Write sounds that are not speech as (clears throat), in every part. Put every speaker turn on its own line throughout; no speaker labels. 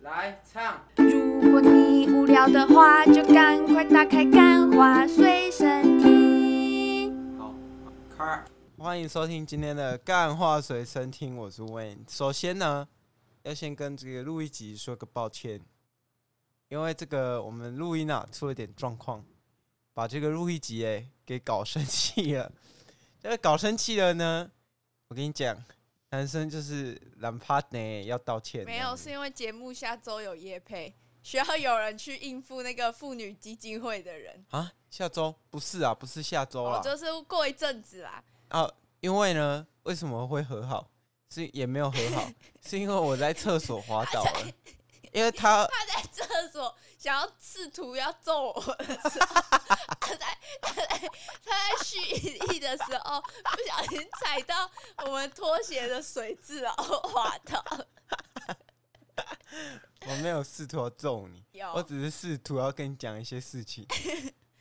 来唱，
如果你无聊的话，就赶快打开《干花随身听》。
好，开。
欢迎收听今天的《干话随身听》，我是 Wayne。首先呢，要先跟这个录一集说个抱歉，因为这个我们录音啊出了点状况，把这个录一集哎给搞生气了。 (laughs) 这个搞生气了呢，我跟你讲，男生就是懒趴呢要道歉，
没有，是因为节目下周有夜配，需要有人去应付那个妇女基金会的人。
啊，下周不是啊，不是下周
我
啦，
就是过一阵子啦，
啊，因为呢，为什么会和好？是也没有和
(laughs)
好，是因为我在厕所滑倒了。因为他
他在厕所想要试图要揍我的时候，他在他在他在蓄意的时候，不小心踩到我们拖鞋的水渍，然后滑倒。
我没有试图要揍你，我
有
只是试图要跟你讲一些事
(laughs)
情，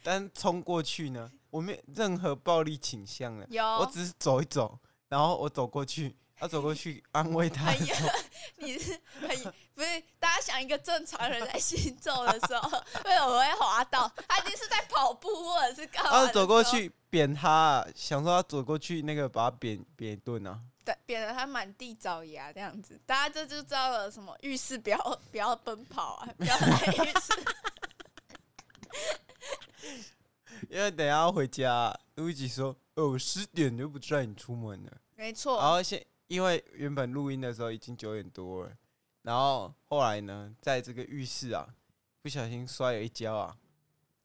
但冲过去呢，我没有任何暴力倾向的，我
有，
只是走一走，然后我走过去，他走过去安慰他
哎
的时
呀
候，
你是很不是？大家想一个正常人在行走的时候， (laughs) 为什么会滑倒？他一定是在跑步或者是干嘛
然
的时
后走
候？
过去扁他啊，想说他走过去那个把他扁扁一顿啊，
对，扁得他满地找牙这样子，大家这就知道了什么浴室不要不要奔跑啊，不要在浴室。 (laughs)
因为等一下要回家，路易吉说：“哦，我十点就不带你出门了。”
没
然
错，
后现因为原本录音的时候已经九点多了，然后后来呢，在这个浴室啊，不小心摔了一跤啊，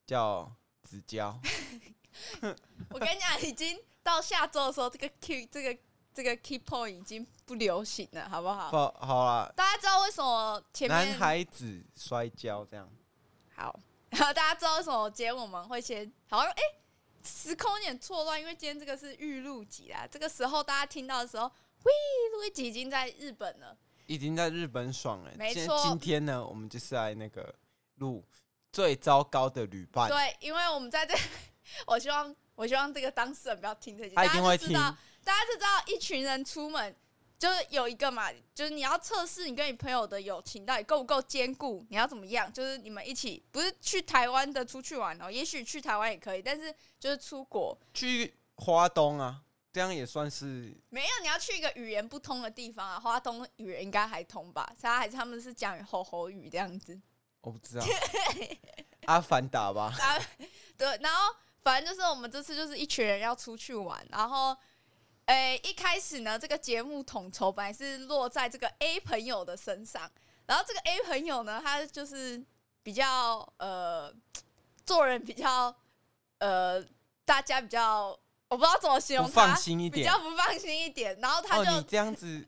叫指
(laughs)
跤。
我跟你讲，已经到下周的时候，这个 key 这个这个 key point 已经不流行了，好不好？
好，好啦，
大家知道为什么前
男
面
孩子摔跤这样。
好，然后大家知道为什么今天我们会先好像哎、时空有点错乱，因为今天这个是预录集啦，这个时候大家听到的时候，喂，录一集已经在日本了。
已经在日本爽了。
没
今
错
今天呢，我们就是来那个录最糟糕的旅伴，
对，因为我们在这， (laughs) 我希望我希望这个当事人不要听这些，
他一定会
大家就知
听。
道，大家就知道一群人出门就是有一个嘛，就是你要测试你跟你朋友的友情到底够不够坚固，你要怎么样？就是你们一起不是去台湾的出去玩哦，也许去台湾也可以，但是就是出国
去花东啊，这样也算是
没有，你要去一个语言不通的地方啊，花东语言应该还通吧？他还是他们是讲吼吼语这样子。
我不
(laughs)
知道阿凡达吧。
对，然后反正就是我们这次就是一群人要出去玩，然后，诶、一开始呢，这个节目统筹本来是落在这个 A 朋友的身上，然后这个 A 朋友呢，他就是比较呃，做人比较呃，大家比较，我不知道怎么形
不
容
放
他，
心一
比
点
较不放心一点，然后他就、
哦，你这样子，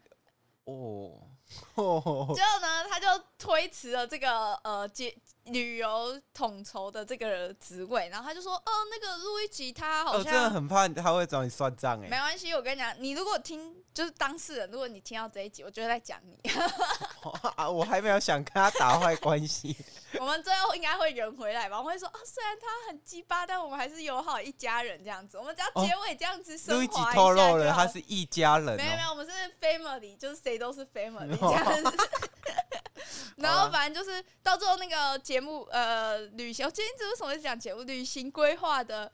哦， (laughs) 哦
结果呢，他就推迟了这个呃接旅游统筹的这个职位，然后他就说，哦、那个路易吉他
我
好
真的
像、
哦很怕他会找你算账
没
哎。
关系。我跟你讲，你如果听就是当事人，如果你听到这一集，我就会在讲你。 (laughs)
(laughs) 啊，我还没有想跟他打坏关
(laughs)
系。
我们最后应该会圆回来吧？我们会说，哦，虽然他很鸡巴，但我们还是友好一家人这样子。我们只
哦
要结尾这样子升
路
华
易
一
吉
下就
透
好
露了他是一家人
没有
哦。
没
啊
有，我们是 family，就是谁都是
(laughs)
family 这样子。然
好
后
啦
反正就是到最后那个节目，呃，旅行，我今天这为什么会讲节目？旅行规划的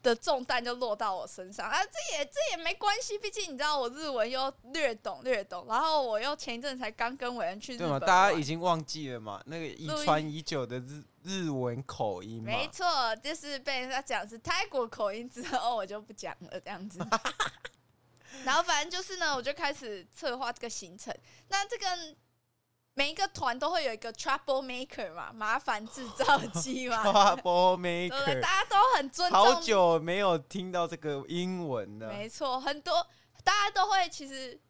的重担就落到我身上啊，这也这也没关系，毕竟你知道我日文又略懂略懂，然后我又前一阵才刚跟伟人去日
对
本
嘛？
玩，
大家已经忘记了嘛？那个遗
路易
传已久的日日文口音嘛， (laughs)
没错，就是被人家讲是泰国口音之后，我就不讲了
(laughs)
这样子。然后反正就是呢，我就开始策划这个行程。那这个每一个团都会有一个 trouble maker 嘛，麻烦制造机嘛，
(laughs) Trouble
对不对？
maker，
大家都很尊
好
重，
久没有听到这个英文了。
没错，很多大家都会其实。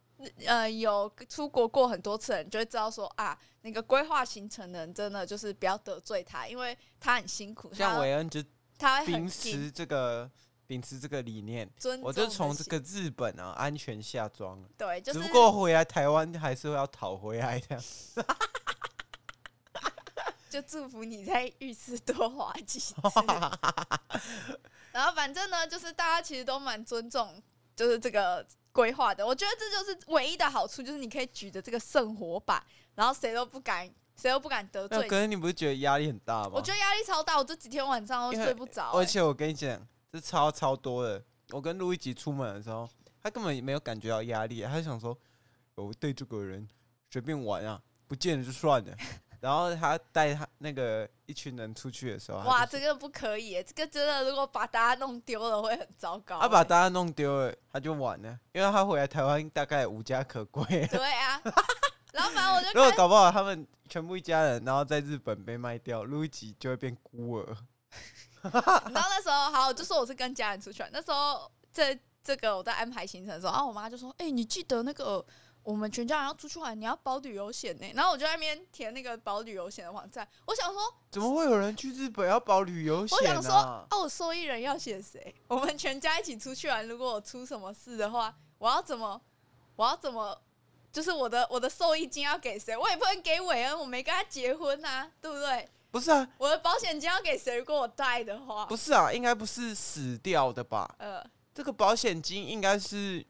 呃，有出国过很多次的人就会知道说啊，那个规划行程的人真的就是不要得罪他，因为他很辛苦，
像
他
韦恩就
他会哎很
秉
紧
持这个秉持这个理念，
尊重
我
的
就从这
行
个日本啊安全下庄了。
对，就是
只不过回来台湾还是要讨回来这样。
就祝福你在浴室多滑几次。 (laughs) 然后反正呢，就是大家其实都蛮尊重，就是这个规划的。我觉得这就是唯一的好处，就是你可以举着这个圣火把，然后谁都不敢谁又不敢得
那
罪
可是你不是觉得压力很大吗？
我觉得压力超大，我这几天晚上都
因为
睡不着、
而
欸。
且我跟你讲，这超超多的。我跟路一起出门的时候，他根本没有感觉到压力，他就想说，我对这个人随便玩啊，不见了就算了。然后他带他那个一群人出去的时候，他
哇，
就
这个不可以欸、这个真的如果把大家弄丢了会很糟糕欸、
啊他把大家弄丢了，他就完了，因为他回来台湾大概无家可归。
对啊， (laughs) 然后反正我就
如果
看
搞不好他们全部一家人，然后在日本被卖掉，路易吉就会变孤儿。
(laughs) 你知道那时候，好，我就说我是跟家人出去玩。那时候这这个我在安排行程的时候，啊，我妈就说：“哎、你记得那个我们全家人要出去玩，你要保旅游险呢。”然后我就在那边填那个保旅游险的网站。我想说，
怎么会有人去日本要保旅游
我
险
想说
啊，？
哦，受益人要选谁？我们全家一起出去玩，如果我出什么事的话，我要怎么，我要怎么，就是我的我的受益金要给谁？我也不能给韦恩，我没跟他结婚啊，对不对？
不是啊，
我的保险金要给谁？如果我带的话，
不是啊，应该不是死掉的吧？
呃，
这个保险金应该是，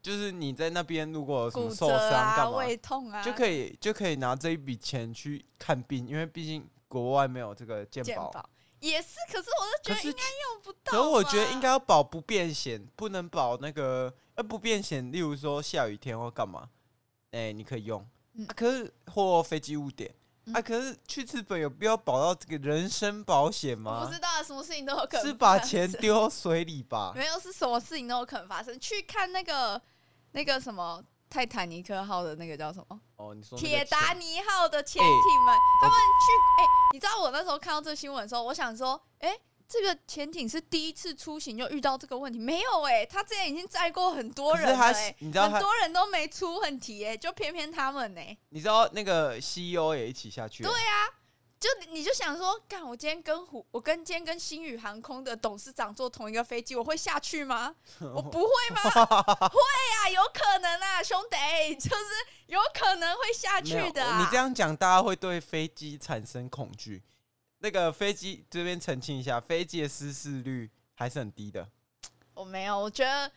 就是你在那边如果有什
骨
么
折
受伤
啊、
干嘛，
胃痛啊，
就可以就可以拿这一笔钱去看病，因为毕竟国外没有这个健
健
保。
保也是，可是我
可
就觉得
是
应该用不到吧。
可我觉得应该要保不变险，不能保那个呃不变险，例如说下雨天或干嘛，哎、你可以用。
嗯
啊，可是或飞机误点、啊，
嗯
可是去日本有必要保到这个人身保险
我
吗
不？知道什么事情都有可能
是把
发生
钱丢水里吧？
(laughs) 没有是什么事情都有可能发生。去看那个那个什么泰坦尼克号的那个叫什么
哦，你说那个
铁达
钱哎
尼号的潜艇们，他们去哎、你知道我那时候看到这新闻的时候，我想说，哎、这个潜艇是第一次出行就遇到这个问题，没有哎、他之前已经载过很多
可是
人了、
他
哎，
你知道
很
他
多人都没出问题哎、就偏偏他们呢、
你知道那个 CEO 也一起下去了，
对啊就你就想说，干，我今天跟虎，我跟今天跟星宇航空的董事长坐同一个飞机，我会下
(laughs)
去吗？我不会吗？会啊，有可能啊，兄弟，就是有可能会下去
没有
的啊、
你这样讲，大家会对飞机产生恐惧。那个飞机这边澄清一下，飞机的失事率还是很低的。
我没有，我觉得，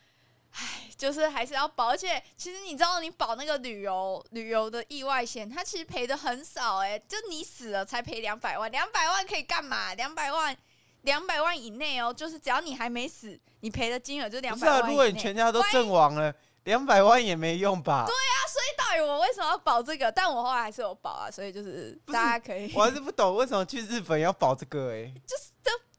唉，就是还是要保。而且，其实你知道，你保那个旅游旅游的意外险，它其实赔的很少、哎，就你死了才赔两百万，两百万可以干嘛？两百万。两百万以内哦，就是只要你还没死，你赔的金额就两
不
百
是
万以
啊，
内。
如果你全家都阵亡了，两百万也没用吧？
到底我为什么要保这个？但我后来还是有保啊，所以就是
不是
大家可以
(laughs)
(laughs)
我还是不懂为什么去日本要保这个哎、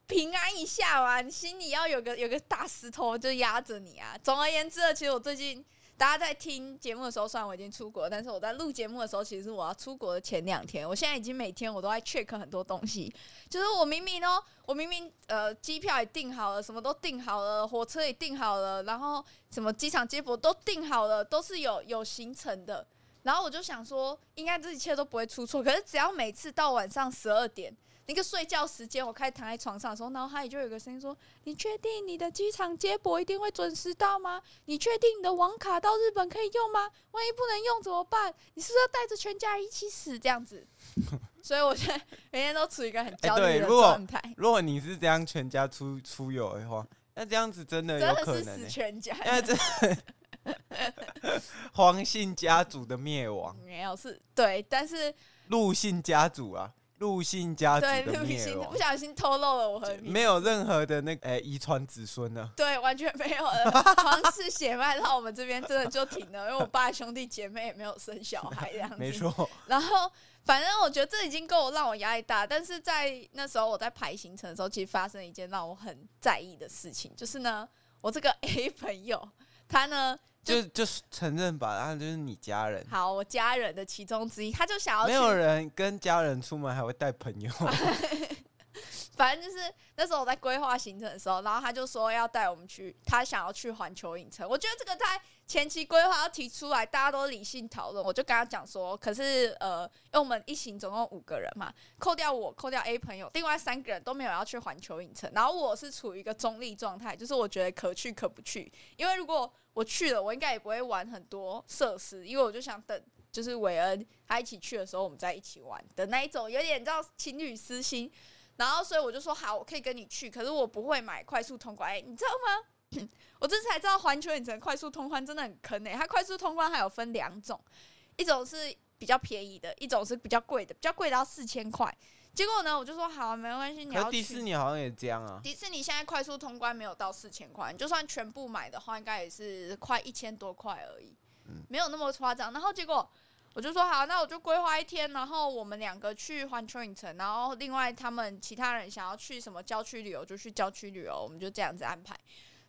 平安一下嘛，你心里要有个有个大石头就压着你啊。总而言之呢，其实我最近大家在听节目的时候，虽然我已经出国，但是我在录节目的时候，其实我要出国的前两天，我现在已经每天我都在 check 很多东西，就是我明明哦，我明明呃机票也订好了，什么都订好了，火车也订好了，然后什么机场接驳都订好了，都是有有行程的。然后我就想说，应该这一切都不会出错。可是只要每次到晚上十二点，那个睡觉时间，我开始躺在床上的时候，脑海里就有一个声音说：“你确定你的机场接驳一定会准时到吗？你确定你的网卡到日本可以用吗？万一不能用怎么办？你是不是要带着全家人一起死这
(laughs)
样子？”所以我现在每天都处于一个很焦
哎
虑
对
的
如果
状态，
如果你是这样全家出出游的话，那这样子真的有
真的
可
是
能、
死
欸，
全家。
因为这 (laughs) 黄姓家族的灭亡，
没有是对，但是
陆姓家族啊，陆姓家族
对
的
陆
灭
星
亡
不，小心透露了我和你，
没有任何的那个哎遗传子孙呢。
对，完全没
(laughs)
有了。皇室血脉到我们这边真的就停了，因为我爸兄弟姐妹也没有生
(laughs)
小孩这样子。
没错，
然后反正我觉得这已经够让我压力大，但是在那时候我在排行程的时候，其实发生了一件让我很在意的事情，就是呢，我这个 A 朋友他呢。
就就是承认吧，然后就是你家人，
好，我家人的其中之一，他就想要
没
去
有人跟家人出门还会带朋友。
反正就是那时候我在规划行程的时候，然后他就说要带我们去，他想要去环球影城。我觉得这个在前期规划要提出来，大家都理性讨论。我就跟他讲说，可是呃，因为我们一行总共五个人嘛，扣掉我，扣掉 A 朋友，另外三个人都没有要去环球影城。然后我是处于一个中立状态，就是我觉得可去可不去，因为如果我去了，我应该也不会玩很多设施，因为我就想等。就是韦恩他一起去的时候，我们再一起玩的那一种，有点你知道情侣私心，然后所以我就说好，我可以跟你去，可是我不会买快速通关。哎、你知道吗？ (laughs) 我这次才知道环球影城快速通关真的很坑哎、它快速通关还有分两种，一种是比较便宜的，一种是比较贵的，比较贵的要四千块。结果呢，我就说好啊，没关系，你
可
要
是
去
迪士尼好像也这样啊，
迪士尼现在快速通关没有到四千块，你就算全部买的话，应该也是快一千多块而已，
嗯
没有那么夸张。然后结果我就说好，那我就规划一天，然后我们两个去环球影城，然后另外他们其他人想要去什么郊区旅游就去郊区旅游，我们就这样子安排。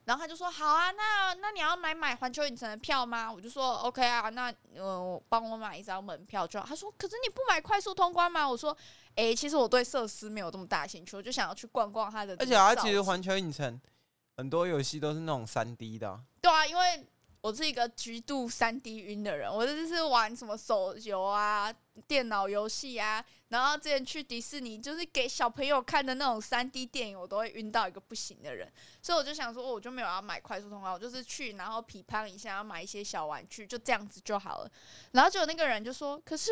然后他就说好啊，那那你要来买环球影城的票吗？我就说 OK 啊，那呃帮我买一张门票就好。他说可是你不买快速通关吗？我说诶，其实我对设施没有这么大兴趣，我就想要去逛逛它的这
而
个
且
造
它
景。
其实环球影城很多游戏都是那种三 D 的啊、
对啊，因为我是一个极度三 D 晕的人，我就是玩什么手游啊、电脑游戏啊，然后之前去迪士尼就是给小朋友看的那种三 D 电影，我都会晕到一个不行的人，所以我就想说，我就没有要买快速通关，我就是去然后批判一下，要买一些小玩具，就这样子就好了。然后就有那个人就说，可是。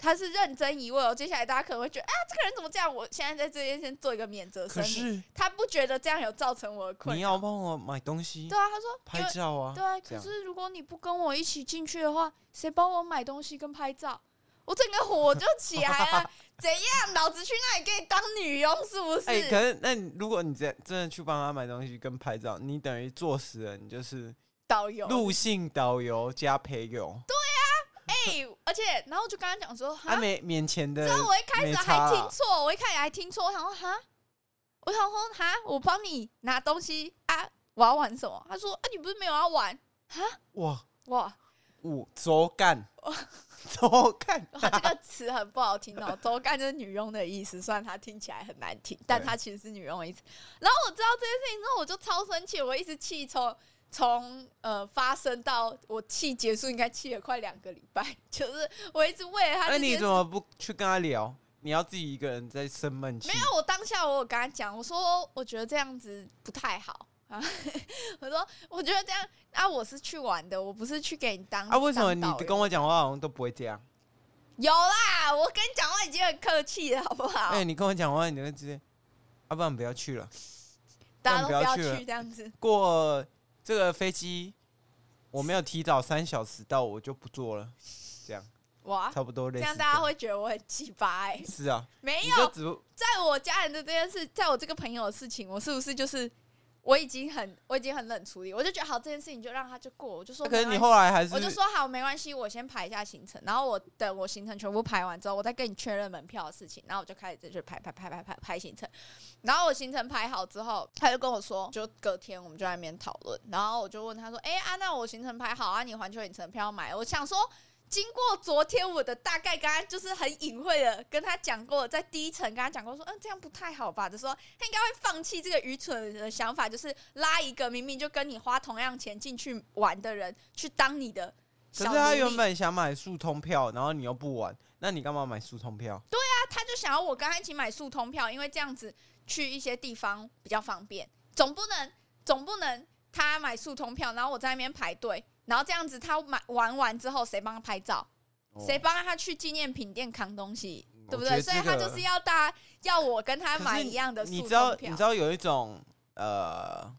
他是认真疑问哦，接下来大家可能会觉得啊，这个人怎么这样？我现在在这边先做一个免责声
可
明，
是
他不觉得这样有造成我的困
你
扰
要。帮我买东西、
对啊，他说因为
拍照啊
对，啊，
这
可
样
是如果你不跟我一起进去的话，谁帮我买东西跟拍照？我整个火就起
(laughs)
来了，怎样？老子去那里给你当女佣是不啊是？
哎、可是那你如果你真真的去帮他买东西跟拍照，你等于坐死了，你就是
导游，
路线导游加陪游，
哎、而且然后我就跟他讲说，哈
他免免钱的
然后我一开
啊
始
没
还
差啊
听
啦
错，我一开始还听错，我想说哈，我想说哈，我帮你拿东西啊，我要玩什么？他说啊，你不是没有要玩
哇，
哇，
五周干，
哦
周
(laughs)
干，
哇，这个词很不好听哦。周干就是女佣的意思，虽然它听起来很难听，但它其实是女佣的意思。然后我知道这件事情之后，我就超生气，我一直气从从呃发生到我气结束，应该气了快两个礼拜，就是我一直为了他
那
这
你
件
怎
事。
么不去跟他聊？你要自己一个人在生闷气
没？ (laughs) 有，我当下我有跟他讲，我说我觉得这样子不太好啊，我说我觉得这样啊，我是去玩的，我不是去给你当
啊，为什么
当导
你
游
跟我讲话好像都不会这样？
有啦？我跟你讲话已经很客气了，好不好？
哎、你跟我讲话，你就直接，要、不然不要去了。
大家都
不然不要
要
去了
去这样子。
过这个飞机，我没有提早三小时到，我就不坐了。这样
哇，
差不多类
啊这
似
样
这
大家
样。
会觉得我很鸡巴哎。
是啊，
没
你就
有，
只不
在我家人的这件事，在我这个朋友的事情，我是不是就是我已经很我已经很冷处理，我就觉得好这件事情就让他就过，我就说
那可是
没
你
关系
后来还是
我就说好没关系，我先排一下行程，然后我等我行程全部排完之后，我再跟你确认门票的事情，然后我就开始就排排排排排排行程，然后我行程排好之后，他就跟我说，就隔天我们就在那边讨论，然后我就问他说，哎、啊，那我行程排好啊，你环球影城的票要买，我想说。经过昨天我的大概跟他就是很隐晦的跟他讲过，在第一层跟他讲过说，嗯，这样不太好吧？就说他应该会放弃这个愚蠢的想法，就是拉一个明明就跟你花同样钱进去玩的人去当你的
可是
小奴隶。
他原本想买速通票，然后你又不玩，那你干嘛买速通票？
他他就想要我跟他一起买速通票，因为这样子去一些地方比较方便，总不能总不能他买速通票，然后我在那边排队，然后这样子他买玩完之后谁帮他拍照？谁
哦
帮他去纪念品店扛东西，
嗯
对不
我觉
对？
得
所以
这
他
个
就是要大家要我跟他
可是
买一样的
你
速
知道
通
你
票
知。道有一种呃，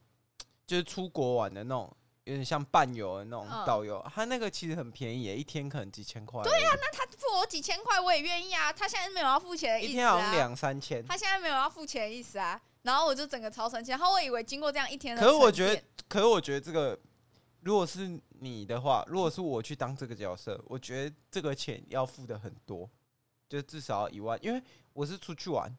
就是出国玩的那种，有点像伴游的那种
嗯
导游，他那个其实很便宜耶，一天可能几千块而已。对呀、
那他付我几千块，我也愿意啊。他现在没有要付钱的
一
意思
天好像
啊。
两三千。
他现在没有要付钱的意思啊。然后我就整个超生气，然后我以为经过这样一天的
可是我
沉
觉得
淀，
可是我觉得这个，如果是你的话，如果是我去当这个角色，我觉得这个钱要付的很多，就至少要一万，因为我是出去玩，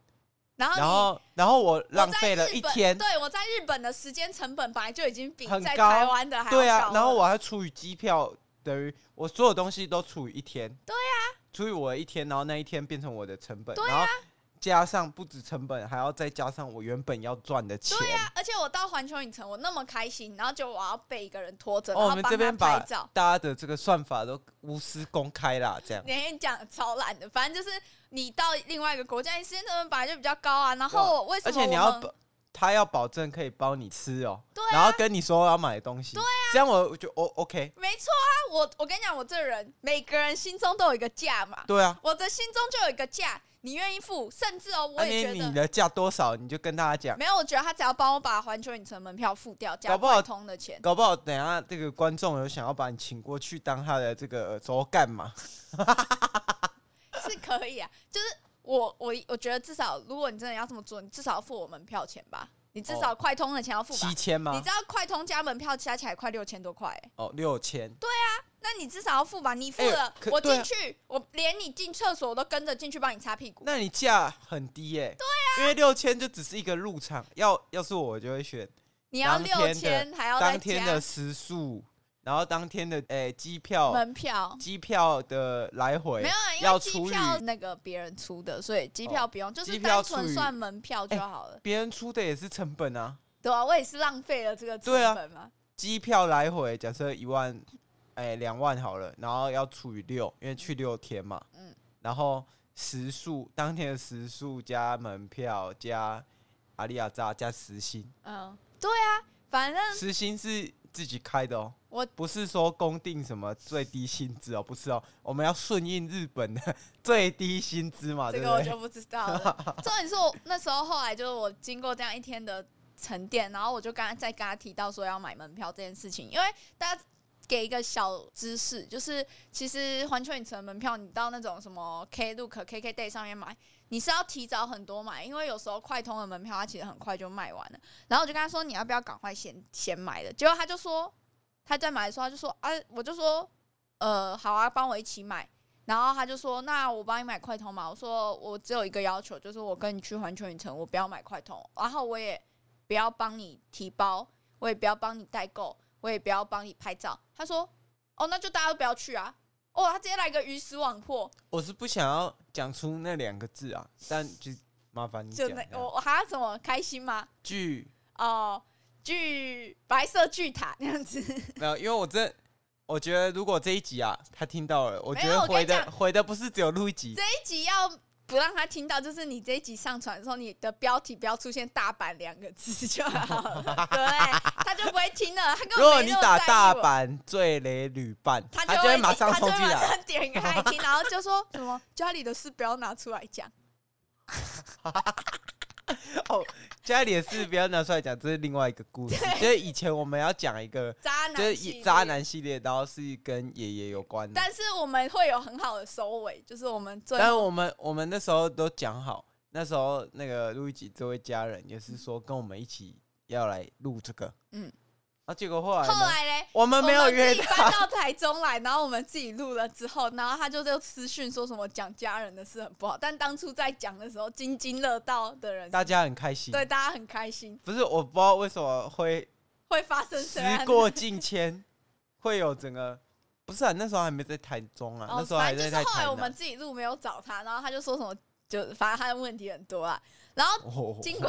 然后你
然后然后我
我在
浪费了
日
一
本
天，
对我在日本的时间成本本来就已经比
很
在
高
台湾的还要
对啊
高，
然后
了
我还除以机票，等于我所有东西都除以一天。对啊，除以我的一天，然后那一天变成我的成本，
对啊
然后加上不止成本，还要再加上我原本要赚的钱。
对啊，而且我到环球影城我那么开心，然后就我要被一个人拖着，然
哦，我
后
们
帮
这边
他
把
拍照。
大家的这个算法都无私公开啦，这样。
那天讲得超懒的，反正就是你到另外一个国家，你时间成本本来就比较高啊。然后为什
而
么
且
我
你
们
要把他要保证可以包你吃哦，
对啊
然后跟你说要买东西，对啊，这样我我就 O OK，
没错啊，我我跟你讲，我这人每个人心中都有一个价嘛，
对啊，
我的心中就有一个价，你愿意付，甚至哦，我
啊那
也
你
觉
你
得。
的价多少你就跟大家讲，
没有，我觉得他只要帮我把环球影城门票付掉，加
搞不好
外通的钱，
搞不好等一下这个观众有想要把你请过去当他的这个周干嘛？
是可以啊。就是我我我觉得至少，如果你真的要这么做，你至少要付我门票钱吧，你至少快通的钱要付吧。
哦七千
你
吗
知？道快通加门票加起来快六千多块、欸
哦，六千，
那你至少要付吧？你付
哎
了，
可
我
对
进
啊
去，我连你进厕所我都跟着进去帮你擦屁股。
那你价很低耶、对啊，因为六千就只是一个入场，要要是我就会选
你要
当天
六
的
千，还要再
当天的
加
食宿，然后当天的诶机、票，
门票。
机票的来回
没有，啊，因为
要
机
除以
票那个别人出的，所以机票不用，就是
机票哎
单
除
纯
以
算门票就好了。
别人出的也是成本啊，
对啊，我也是浪费了这个成
对啊
本嘛。
机票来回假设一万，哎、两万好了，然后要除以六，因为去六天嘛，
嗯
嗯，然后食宿当天的食宿加门票加阿里亚扎加时薪，
嗯，对啊，反正
时薪是自己开的哦，
我
不是说公定什么最低薪资哦，不是哦，我们要顺应日本的 (laughs) 最低薪资嘛，
这
对
个我
不对？
就不知道了。重点是我那时候后来就是我经过这样一天的沉淀，然后我就刚刚再跟他提到说要买门票这件事情，因为大家。给一个小知识，就是其实环球影城的门票，你到那种什么 Klook、KKday 上面买，你是要提早很多买，因为有时候快通的门票它其实很快就卖完了。然后我就跟他说你要不要赶快先先买了，结果他就说他在买的时候他就说啊，我就说呃好啊，帮我一起买。然后他就说：“那我帮你买快通嘛。”我说：“我只有一个要求，就是我跟你去环球影城，我不要买快通，然后我也不要帮你提包，我也不要帮你代购，我也不要帮你拍照。”他说：“哦，那就大家都不要去啊！” (laughs) 哦，他直接来个鱼死网破，
我是不想要讲出那两个字啊，但就麻烦你
就
讲
那 (laughs)
这
我
样。
我还要怎么开心 (laughs) 吗？
据
哦，巨白色巨塔那样子，
没有，因为我真，我觉得如果这一集啊，他听到了，我觉
没有
得
我跟你
回的
讲
回的不是只有录一集，
这一集要不让他听到，就是你这一集上传的时候，你的标题不要出现“大阪”两个字就好了，
(laughs)
对不对？他就不会听了，他根
如果
本没
你
那么
打
在意
大
我，
阪最雷旅伴，
他
就
就
会
会
马上
他就
冲
会
进
马
来。
上点开听，然后就
(laughs)
说什么家里的事不要拿出来讲。
家里的事不要拿出来讲，这是另外一个故
(laughs)
事。就是以前我们要讲一个，
渣
就
男
是
系列
以渣，男系列，然后是跟爷爷有关的。
但是我们会有很好的收尾，就是我们最
但我们我们那时候都讲好，那时候那个路易吉这位家人也是说跟我们一起要来录这个，
嗯
嗯，啊，结果后来呢，
后来嘞，
我们没有
我
约
们自己
他，
搬到台中来，然后我们自己录了之后，然后他就就私讯说什么讲家人的事很不好，但当初在讲的时候津津乐道的人，
大家很开心。
对大家很开心，
不是，我不知道为什么会
会发生
时
什么样的
过境迁， (laughs) 会有整个不是啊，那时候还没在台中啊，
哦，
那时候还
反正
在在
就是后
台
来
南。
我们自己录没有找他，然后他就说什么，就反正他的问题很多啦。然后
哦
经
(laughs)
过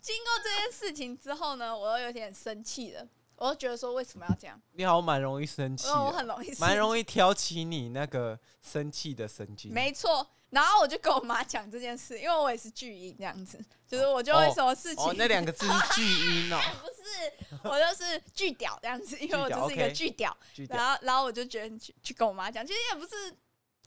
经过这件事情之后呢，我又有点生气了，我就觉得说为什么要这样？
你好像蛮容易生气
因为我
的，
哦很容易
蛮
易。
容易挑起你那个生气的神经。
没错，然后我就跟我妈讲这件事，因为我也是巨婴这样子，就是我就会
哦
什么事情、
哦，那两个字是巨
(laughs)
婴哦，
不是，我就是巨屌这样子，因为我就是一个巨屌。
巨屌。
然后，然后我就觉得你去去跟我妈讲，其实也不是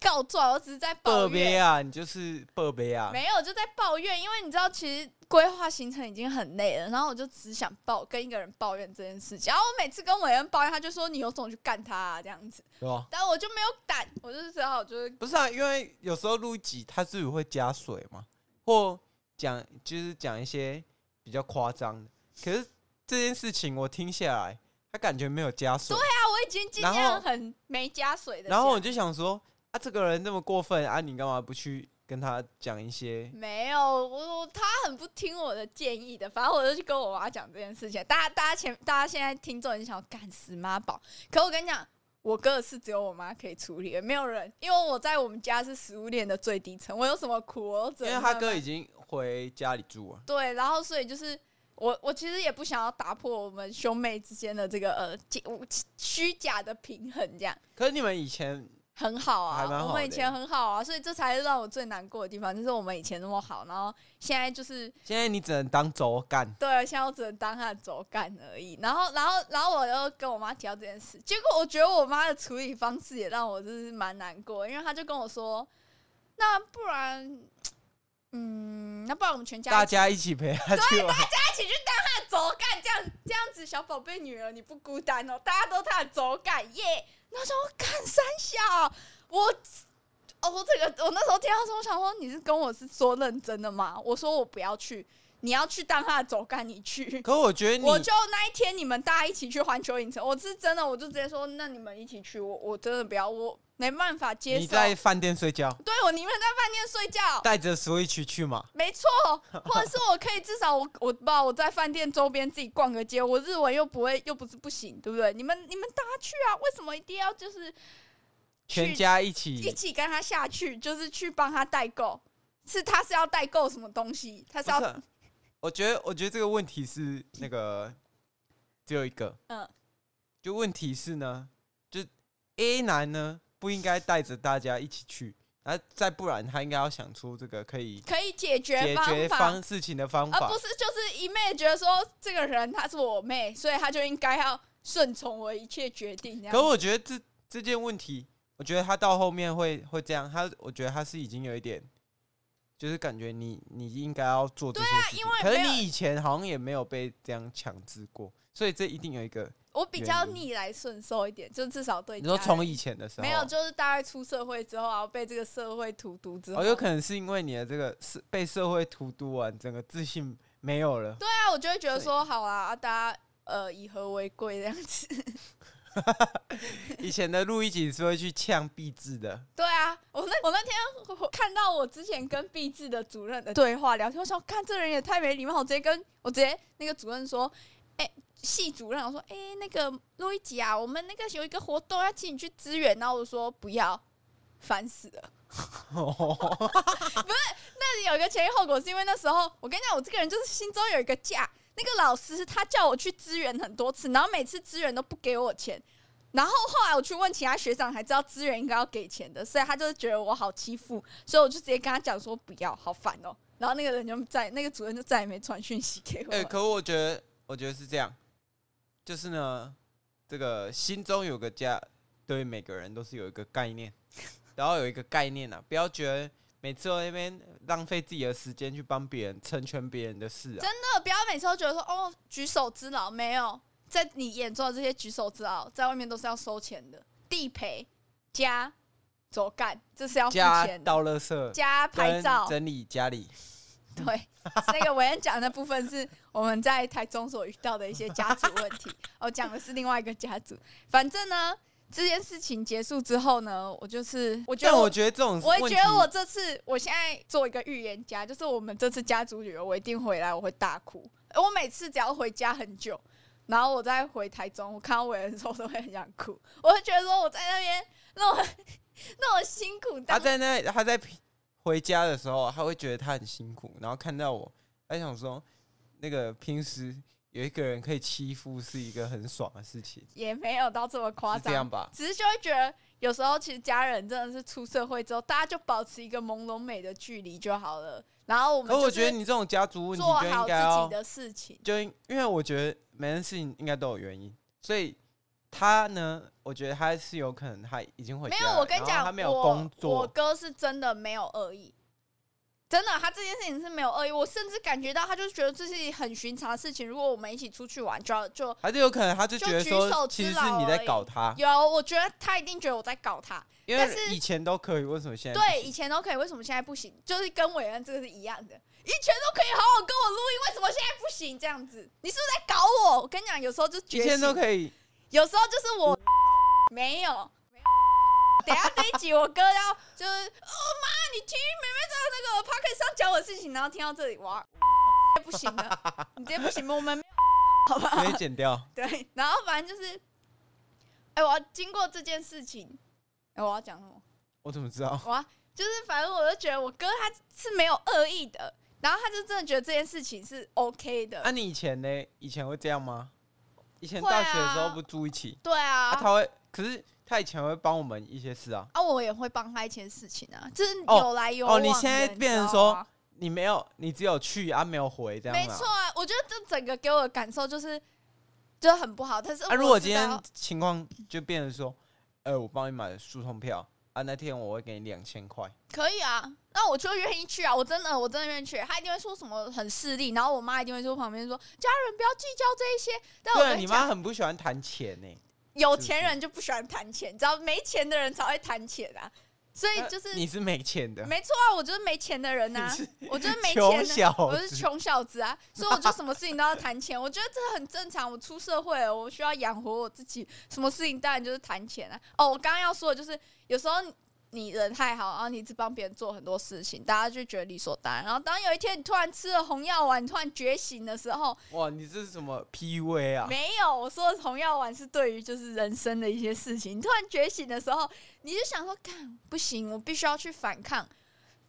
告状，我只是在抱
特别
怨。
啊，你就是特别啊，
没有，就在抱怨，因为你知道，其实规划行程已经很累了，然后我就只想抱跟一个人抱怨这件事情。然后我每次跟伟恩抱怨，他就说你有种去干他、啊、这样子，
对吧？
但我就没有胆，我就是只好就是哎
不是啊，因为有时候录一集，它是会加水嘛，或讲就是讲一些比较夸张的。可是这件事情我听下来，他感觉没有加水。对、
啊，我已经尽
然
量
后
很没加水的讲。
然后我就想说，啊，这个人那么过分啊，你干嘛不去跟他讲一些？
没有，我我他很不听我的建议的，反正我就去跟我妈讲这件事情。大家大家前大家现在听众已经想要干死妈宝，可我跟你讲，我哥的事只有我妈可以处理，没有人，因为我在我们家是食物链的最底层，我有什么苦我都只
因
能
为他
慢
哥
慢
已经回家里住了，
对，然后所以就是我我其实也不想要打破我们兄妹之间的这个呃假虚假的平衡，这样
可是你们以前
很好啊，
还蛮好的
我们以前很好啊，所以这才是让我最难过的地方，就是我们以前那么好，然后现在就是
现在你只能当轴干，
对，现在我只能当他的走干而已。然后，然后，然后我又跟我妈提到这件事，结果我觉得我妈的处理方式也让我就是蛮难过，因为她就跟我说，那不然，嗯，那不然我们全家啊
大
一起
家一起陪他去玩。
大家一起去当他的走干，这样这样子，小宝贝女儿你不孤单哦，大家都他的走干耶。然后想我干三小，我哦，我这个我那时候听到说，我想说你是跟我是说认真的吗？我说我不要去，你要去当他的走干，你去。
可我觉得你
我就那一天你们大家一起去环球影城，我是真的，我就直接说，那你们一起去，我我真的不要，我没办法接
你
受。
在饭店睡觉，
对我宁愿在饭店睡
(laughs)
觉。
带着 Switch 去嘛，
没错，或者是我可以至少我我不知道我在饭店周边自己逛个街，我日文又不会又不是不行，对不对？你们你们大家去啊，为什么一定要就是
全家一
一
起。
起跟他下去，就是去帮他代购？是他是要代购什么东西？他是
不
要
是，我觉得我觉得这个问题是那个只有一个，
(laughs) 嗯
就问题是呢，就 A 男呢不应该带着大家一起去，然后再不然他应该要想出这个可以
可以解决
解
方法，
决方事情的方
而
法
不。是就是一昧觉得说这个人她是我妹，所以她就应该要顺从我一切决定这样。
可我觉得这这件问题，我觉得他到后面会会这样，他我觉得他是已经有一点，就是感觉你你应该要做这些事情，
啊因为
可是
没有
你以前好像也没有被这样强制过，所以这一定有一个。
我比较
原因
逆来顺受一点，就至少对
你说
家
从
人
以前的时候
没
啊，
有，就是大概出社会之后啊，被这个社会荼毒之后，
哦，有可能是因为你的这个是被社会荼毒完，整个自信没有了。
对啊，我就会觉得说，好啦，啊大家呃以和为贵这样子。
以前的录一集是会去呛壁纸
(laughs)
的，
对啊，我那我那天看到我之前跟毕志的主任的对话聊天，我想看这人也太没礼貌，我直接跟我直接那个主任说，哎、系主任，我说，哎、那个路易吉啊，我们那个有一个活动要请你去支援，然后我说不要，烦死了。但是有一个前因后果，是因为那时候我跟你讲，我这个人就是心中有一个架。那个老师他叫我去支援很多次，然后每次支援都不给我钱。然后后来我去问其他学长，才知道支援应该要给钱的，所以他就是觉得我好欺负，所以我就直接跟他讲说不要，好烦哦。然后那个人就再那个主任就再也没传讯息给我。
哎、
(laughs)
可我觉得，我觉得是这样，就是呢，这个心中有个家，对每个人都是有一个概念，然后有一个概念啊，不要觉得每次都在那边浪费自己的时间去帮别人成全别人的事啊。
真的不要每次都觉得说哦举手之劳，没有在你眼中的这些举手之劳，在外面都是要收钱的，地陪加走干，这是要付
家
钱的。
倒垃圾，
加拍
跟
照， (laughs)
整理家里，
对，那个伟恩讲的部分是我们在台中所遇到的一些家族问题， (laughs) 我讲的是另外一个家族。反正呢，这件事情结束之后呢，我就是我觉
但
得
我
我。
觉得这种
我
问
觉
题
得我这次，我现在做一个预言家，就是我们这次家族旅游，我一定回来，我会大哭。我每次只要回家很久，然后我再回台中，我看到伟恩的时候，我都会很想哭。我会觉得说我在那边那么 (laughs) 那么辛苦，
他
但
啊在那他在回家的时候，他会觉得他很辛苦，然后看到我，他想说，那个平时有一个人可以欺负是一个很爽的事情，
也没有到这么夸
是这
张
样。吧？
只是就会觉得，有时候其实家人真的是出社会之后，大家就保持一个朦胧美的距离就好了。然后我们
可我
就
觉得
是
你这种家族问题
做
就应
好
该
自己
要，
的事情。
就应因为我觉得每件事情应该都有原因，所以他呢，我觉得他是有可能他已经回
没
家
有，
了
我跟你
然后
讲，
他没有
我
工
我
作，
哥是真的没有恶意，真的，他这件事情是没有恶意。我甚至感觉到，他就是觉得这是很寻常的事情。如果我们一起出去玩，就要就
还是有可能他就
就
觉得
举手
说，
之
其实是
劳
你
而
在
已
搞他，
有，我觉得他一定觉得我在搞他。
因
但
为
是
以前都可以，为什么现在不
对，
行
以前都可以，为什么现在不行？就是跟伟恩这个是一样的，以前都可以好好跟我录音，为什么现在不行？这样子，你是不是在搞我？我跟你讲，有时候就
以
觉
前都
以，
可以？
有时候就是我没有。等一下这一集我哥要就是哦妈，你听妹妹在那个 p o c k e t 上讲我的事情，然后听到这里哇，不行了，
(laughs)
你直接不行了，我们没有，好吧？
直接剪掉。
对，然后反正就是，哎、我要经过这件事情，哎、我要讲什么？
我怎么知道？ (laughs)
哇，就是反正我就觉得我哥他是没有恶意的，然后他就真的觉得这件事情是 OK 的。
啊，你以前呢？以前会这样吗？以前
会
大学的时候
啊
不住一起，
对啊，
啊，他会，可是他以前会帮我们一些事啊。
啊，我也会帮他一些事情啊，就是
哦
有来有
哦
往的。
你现在
知
变成
道
说
吗
你没有，你只有去啊，没有回这样
没
啊
错。啊，我觉得这整个给我的感受就是，就很不好。但是
啊，
我
如果
知
今天
道
情况就变成说，呃，我帮你买了速通票啊，那天我会给你两千块。
可以啊，那我就愿意去啊，我真的我真的愿意去。他一定会说什么很势利，然后我妈一定会坐旁边说家人不要计较这一些。但我
对，啊
跟
你妈
讲，
很不喜欢谈钱呢、
有钱人就不喜欢谈钱，你知道没钱的人才会谈钱啊。所以
那
就是
你是没钱的，
没错啊，我就是没钱的人呐、
你
啊
(laughs) 是，哦
我就是没
穷
钱的。
小
我是
子。
穷小子啊，所以我就什么事情都要谈钱。我觉得这很正常，我出社会了，我需要养活我自己，什么事情当然就是谈钱啊。哦，我刚刚要说的就是，有时候你你人太好，然后你一直帮别人做很多事情，大家就觉得理所当然。然后当有一天你突然吃了红药丸，你突然觉醒的时候，
哇，你这是什么 PUA 啊？
没有，我说的红药丸是对于就是人生的一些事情，你突然觉醒的时候，你就想说，干不行，我必须要去反抗。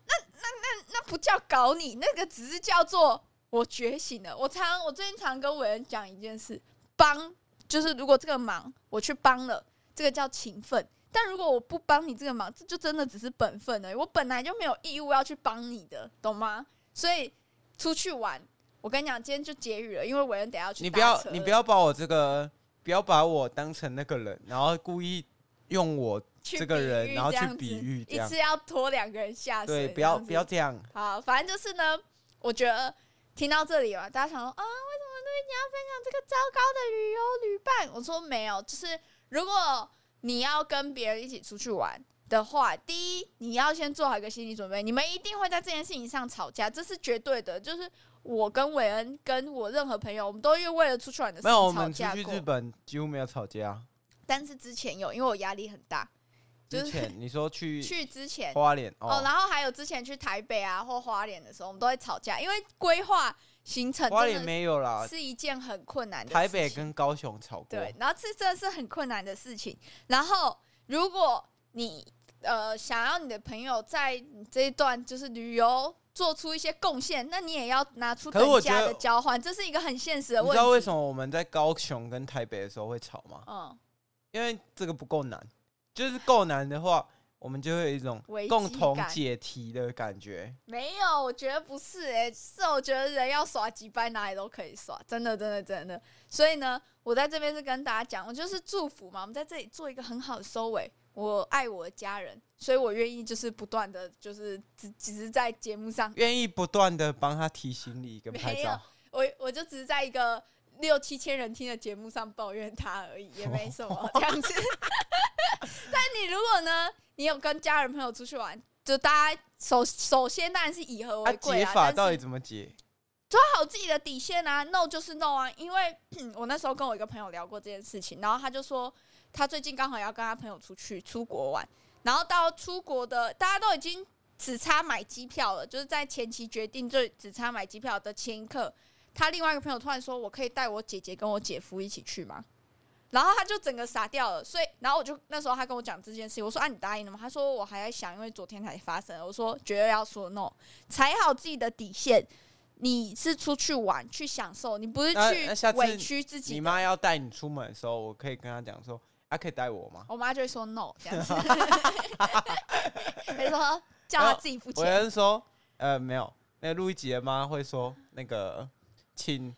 那那那那不叫搞你，那个只是叫做我觉醒了。我常我最近常跟伟人讲一件事，帮就是如果这个忙我去帮了，这个叫勤奋。但如果我不帮你这个忙，这就真的只是本分而已。我本来就没有义务要去帮你的，懂吗？所以出去玩，我跟你讲，今天就结语了，因为伟人等一下要去
你不
搭
要
车
你
了
不要把我这个，不要把我当成那个人，然后故意用我
去
这个人
比喻
然后
这
去
样
比
子
喻这
一
样
次要拖两个人下
对，
水。
不要
这样子
不要这样。
好，反正就是呢，我觉得听到这里了，大家想说啊，为什么对你要分享这个糟糕的旅游旅伴？我说没有，就是如果你要跟别人一起出去玩。的话，第一，你要先做好一个心理准备，你们一定会在这件事情上吵架，这是绝对的。就是我跟韦恩，跟我任何朋友，我们都因为为了出去玩的事
没有，我
情吵
们出
架
去
过。
日本几乎没有吵架。
但是之前有，因为我压力很大，就
之
是
前你说去
去之前
花莲
哦，
哦，
然后还有之前去台北啊或花莲的时候，我们都会吵架，因为规划行程
花莲
真的
没有啦，
是一件很困难的事情。
台北跟高雄吵过。
对，然后这真的是很困难的事情。然后如果你呃想要你的朋友在你这一段就是旅游做出一些贡献，那你也要拿出
可是我
等
觉得
价的交换，这是一个很现实的
你
问题。
知道为什么我们在高雄跟台北的时候会吵吗？
嗯，
因为这个不够难，就是够难的话，我们就会有一种
危机
共同
感
解题的感觉。
没有，我觉得不是哎、是我觉得人要耍几掰，哪里都可以耍，真的，真的，真的。所以呢，我在这边是跟大家讲，我就是祝福嘛，我们在这里做一个很好的收尾。我爱我的家人，所以我愿意就是不断的，就是只只是在节目上， (laughs)
愿意不断的帮他提行李跟拍
没有
照，啊
我我就只是在一个六七千人听的节目上抱怨他而已，也没什么这样子。 (laughs) 但你如果呢，你有跟家人朋友出去玩，就大家首首先当然是以和
他
为贵
解
啊，
法
但
到
是
底怎么解？
抓好自己的底线啊，no 就是 no 啊。因为我那时候跟我一个朋友聊过这件事情，然后他就说他最近刚好要跟他朋友出去出国玩，然后到出国的大家都已经只差买机票了，就是在前期决定就只差买机票的前一刻，他另外一个朋友突然说：“我可以带我姐姐跟我姐夫一起去吗？”然后他就整个傻掉了，所以，然后我就那时候他跟我讲这件事情，我说啊，你答应了吗？他说我还在想，因为昨天才发生。我说绝对要说 no，踩好自己的底线。你是出去玩去享受，你不是
那那下
去
次
委屈自己
你
的。
妈要带你出门的时候，我可以跟她讲说，她、可以带我吗？
我妈就会说 no 这
(laughs)
样子，她就说叫她自己付
哦我
钱。
跟说，呃，没有，那个路易吉的妈会说，那个请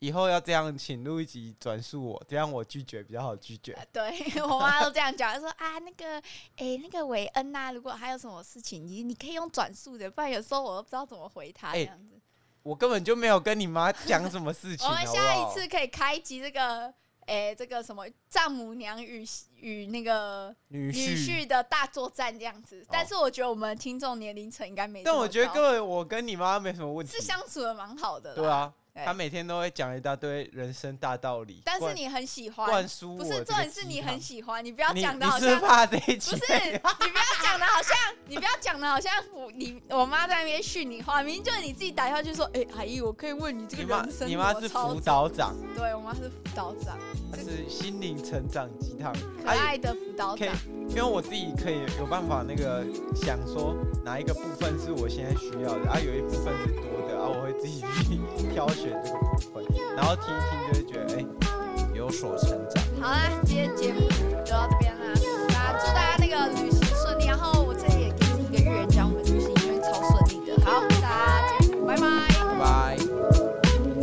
以后要这样，请路易吉转述我，这样我拒绝比较好拒绝。
对 (laughs) 我妈都这样讲，她说啊，那个，诶，那个韦恩呐、如果还有什么事情，你你可以用转述的，不然有时候我都不知道怎么回她这
诶
样子。
我根本就没有跟你妈讲什么事 (laughs) 情，
我们
好哎不啊
下一
好
次可以开一集这个，诶，这个什么丈母娘与与那个
女
女
婿，哦 (laughs)
婿的大作战这样子。但是我觉得我们听众年龄层应该没这
但
么高，
我觉得根本我跟你妈没什么问题
是，相处的蛮好的啦。
对啊，
对
她每天都会讲一大堆人生大道理，
但是
灌
你很喜欢，
灌输我
不
这个鸡
是，重
汤，
点是你很喜欢，你不要
你
讲的
你
好
是
像
怕这一集
不是，你不要讲的好像，你不要讲的好像我 (laughs) 你我妈在那边训你话，明明就是你自己打下去说，哎、阿姨，我可以问你这个
你妈
人生
你妈
怎么
是
操
辅
作，
导长，
对我妈是辅导长，
她是心灵成长鸡汤，
可
她也
爱的辅导
可
长
以，，因为我自己可以有办法那个想说哪一个部分是我现在需要的，啊，有一部分是多的，啊，我会自己去挑选这个部分，然后听一听就会觉得哎、有所成长。
好啦，今天节目就到这边啦。个旅行顺利，然后我这里也给自己一个预言，讲我们旅行一定会超顺利的。好，大家见拜拜。
拜拜。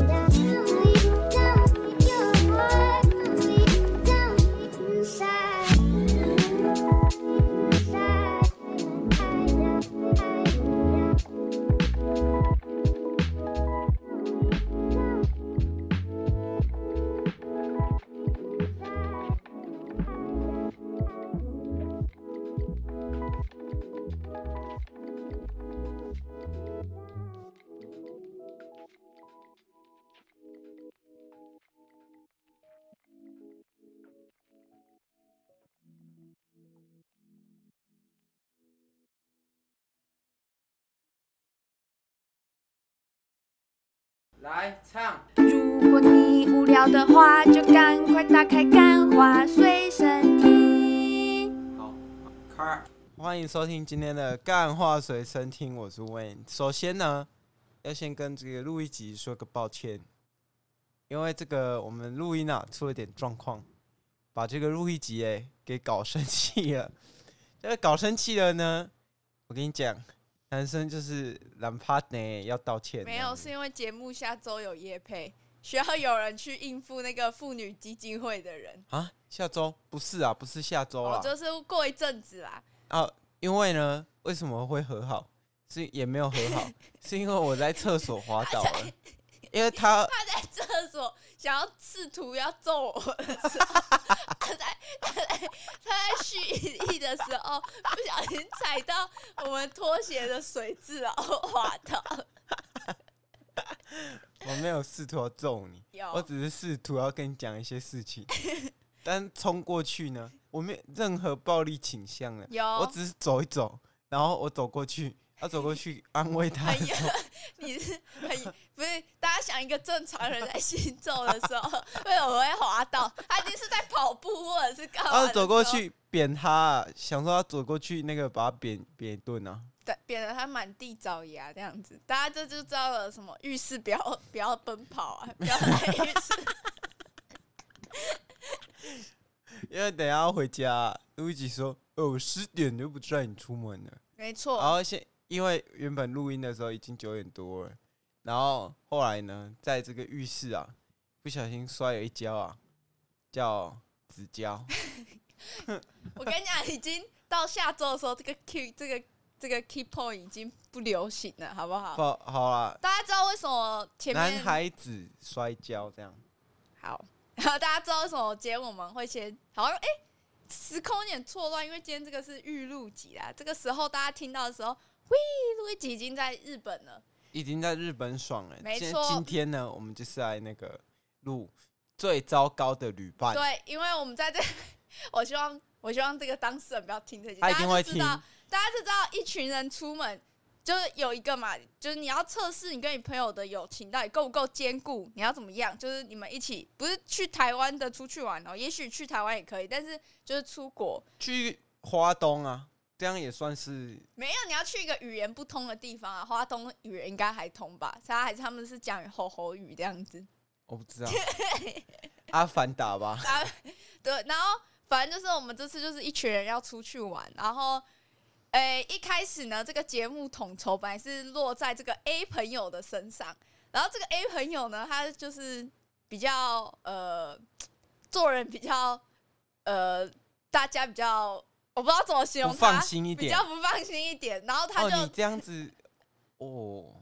来唱。
如果你无聊的话，就赶快打开《干花随身听》。
好，卡。
欢迎收听今天的干话随身听，我是 Wayne。首先呢，要先跟这个录一集说个抱歉，因为这个我们录音啊出了点状况，把这个录一集哎给搞生气了。这个搞生气了呢，我跟你讲，男生就是懒趴呢要道歉，
没有，是因为节目下周有夜配，需要有人去应付那个妇女基金会的人。
啊，下周不是啊，不是下周
哦
啦，，
就是过一阵子啦， (laughs)
啊，因为呢，为什么会和好？是也没有和
(laughs)
好，是因为我在厕所滑倒了，因为
(laughs)
他
他在厕所想要试图要揍我 (laughs) 的时候，他在 (laughs) 他在他在蓄意的时候，不小心踩到我们拖鞋的水渍，然后滑倒。
我没有试图要揍你，
有
我只是试图要跟你讲一些事
(laughs)
情，但冲过去呢，我没有任何暴力倾向了，我
有，
只是走一走，然后我走过去，他走过去安慰他
哎
的
呀
时候，
你是 (laughs) 很不是？大家想一个正常人在行走的时候， (laughs) 为什么会滑倒？他一定是在跑步或者是干嘛
他
的
走过
时候
去扁他啊，想说他走过去那个把他扁扁一顿啊，
对，扁得他满地找牙这样子，大家这就知道了什么浴室不要 (laughs) 不要奔跑啊，不要在浴室。 (laughs)
因为等一下要回家，路易吉说，哦，我十点就不带你出门了。
没
然
错，
后现因为原本录音的时候已经九点多了，然后后来呢，在这个浴室啊，不小心摔了一跤啊，叫指跤。
我跟你讲，已经到下周的时候，这个 key 这个这个 key point 已经不流行了，好不 (laughs) 好
不？好啦，
大家知道为什么前
男
面
孩子摔跤这样，
好， (laughs) 然后大家知道为什么今天我们会先好像哎、时空有点错乱，因为今天这个是预录集啦，这个时候大家听到的时候，喂，录一集已经在日本了。
已经在日本爽了。
没
今
错
今天呢，我们就是来那个录最糟糕的旅伴，
对，因为我们在这， (laughs) 我希望我希望这个当事人不要听这些，
他
大
一
家
定
就
会
知
听。
道，大家就知道一群人出门就是有一个嘛，就是你要测试你跟你朋友的友情到底够不够坚固，你要怎么样，就是你们一起不是去台湾的出去玩哦，也许去台湾也可以，但是就是出国
去花东啊，这样也算是
没有，你要去一个语言不通的地方啊，花东语言应该还通吧，他还是他们是讲吼吼语这样子。
我不知
(laughs)
道阿凡达吧。
对，然后反正就是我们这次就是一群人要出去玩，然后，诶、一开始呢，这个节目统筹本来是落在这个 A 朋友的身上，然后这个 A 朋友呢，他就是比较呃，做人比较呃，大家比较我不知道怎么形
不
容他，
放心一
比
点，
较不放心一点，然后他就、
哦、你这样子， (laughs) 哦，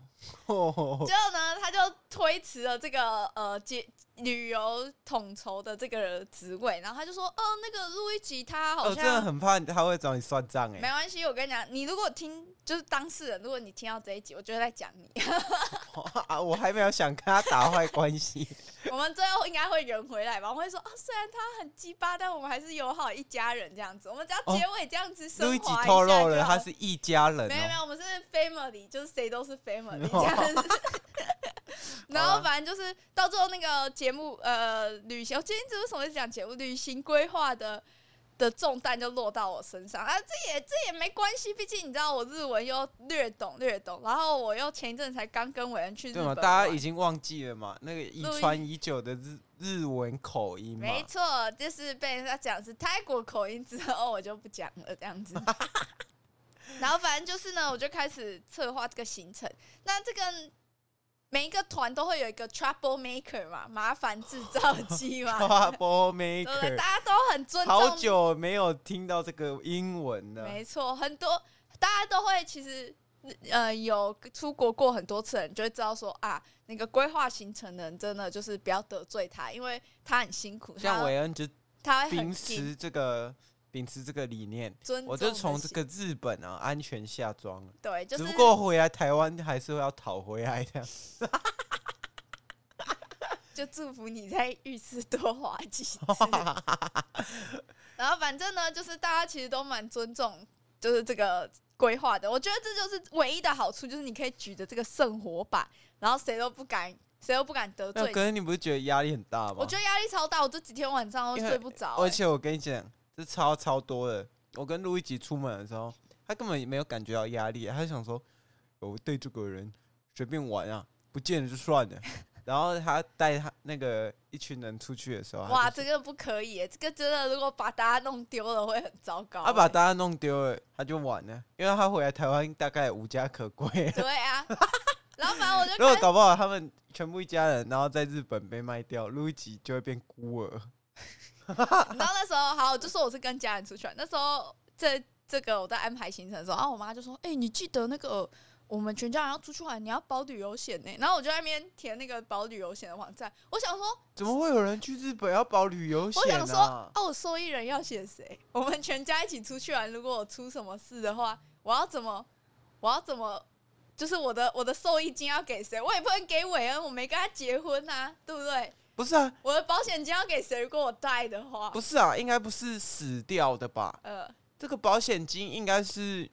哦
之后呢，他就推迟了这个呃节旅游统筹的这个职位，然后他就说，哦、那个路易吉他好
我真的
像、
很怕他会找你算账
没
哎。
关系。我跟你讲，你如果听就是当事人，如果你听到这一集，我就会在讲你。 (laughs)
(laughs) 啊，我还没有想跟他打坏关
(laughs)
系。
我们最后应该会圆回来吧？我们会说，哦，虽然他很鸡巴，但我们还是友好一家人这样子。我们只
哦
要结尾这样子升
路易吉
华一下就好
透露了，他是一家人
没有没
哦。
有，我们是 family，就是谁都是 family 这样子。然后反正就是到最后那个节目，呃，旅行，我今天这为什么讲节目？旅行规划的的重担就落到我身上啊，这也这也没关系，毕竟你知道我日文又略懂略懂，然后我又前一阵才刚跟伟恩去日
对
本
嘛，
玩，
大家已经忘记了嘛，那个遗
路易
传已久的日日文口音嘛，
没错，就是被人家讲是泰国口音之后，我就不讲了这 (laughs) 样子。然后反正就是呢，我就开始策划这个行程。那这个每一个团都会有一个 trouble maker 嘛，麻烦制造机 (laughs) 嘛，
Trouble
对不对？
Maker，
大家都很尊
好
重
久没有听到这个英文了。
没错，很多大家都会其实。呃，有出国过很多次的人就会知道说啊，那个规划行程的人真的就是不要得罪他，因为他很辛苦，
像
他
韦恩就
他哎会很
秉
紧
持这个秉持这个理念，
尊重的心，
我就从这个日本啊安全下庄了。
对，就是
只不过回来台湾还是要讨回来
(laughs)
的，
就祝福你在浴室多滑
(laughs)
几次。然后反正呢，就是大家其实都蛮尊重，就是这个规划的。我觉得这就是唯一的好处，就是你可以举着这个圣火把，然后谁都不敢，谁都不敢得罪
那
你。
可是你不是觉得压力很大吗？
我觉得压力超大，我这几天晚上都
因为
睡不着、
而
欸
且我跟你讲，这超超多的。我跟路一起出门的时候，他根本也没有感觉到压力，他就想说，哦我对这个人随便玩啊，不见了就算
(laughs)
了。然后他带他那个一群人出去的时候，
哇，
他就
这个不可以、欸，这个真的如果把大家弄丢了会很糟糕、
他啊把
欸
大家弄丢了，他就完了，因为他回来台湾大概无家可归了。
对
(laughs)
啊。然后反正我就
如果
看，
搞不好他们全部一家人，然后在日本被卖掉，路易吉就会变孤儿。
然后那时候好，我就说我是跟家人出去玩。那时候这这个我在安排行程的时候，然后我妈就说：“哎、你记得那个我们全家人要出去玩，你要保旅游险呢。”然后我就在那边填那个保旅游险的网站，我想说，
怎么会有人去日本要保旅游
我
险
想说，
啊
哦、？我受益人要写谁？我们全家一起出去玩，如果我出什么事的话，我要怎么，我要怎么，就是我的我的受益金要给谁？我也不能给韦恩，我没跟他结婚啊，对不对？
不是啊，
我的保险金要给谁？如果我带的话，
不是啊，应该不是死掉的吧？
呃，
这个保险金应该是，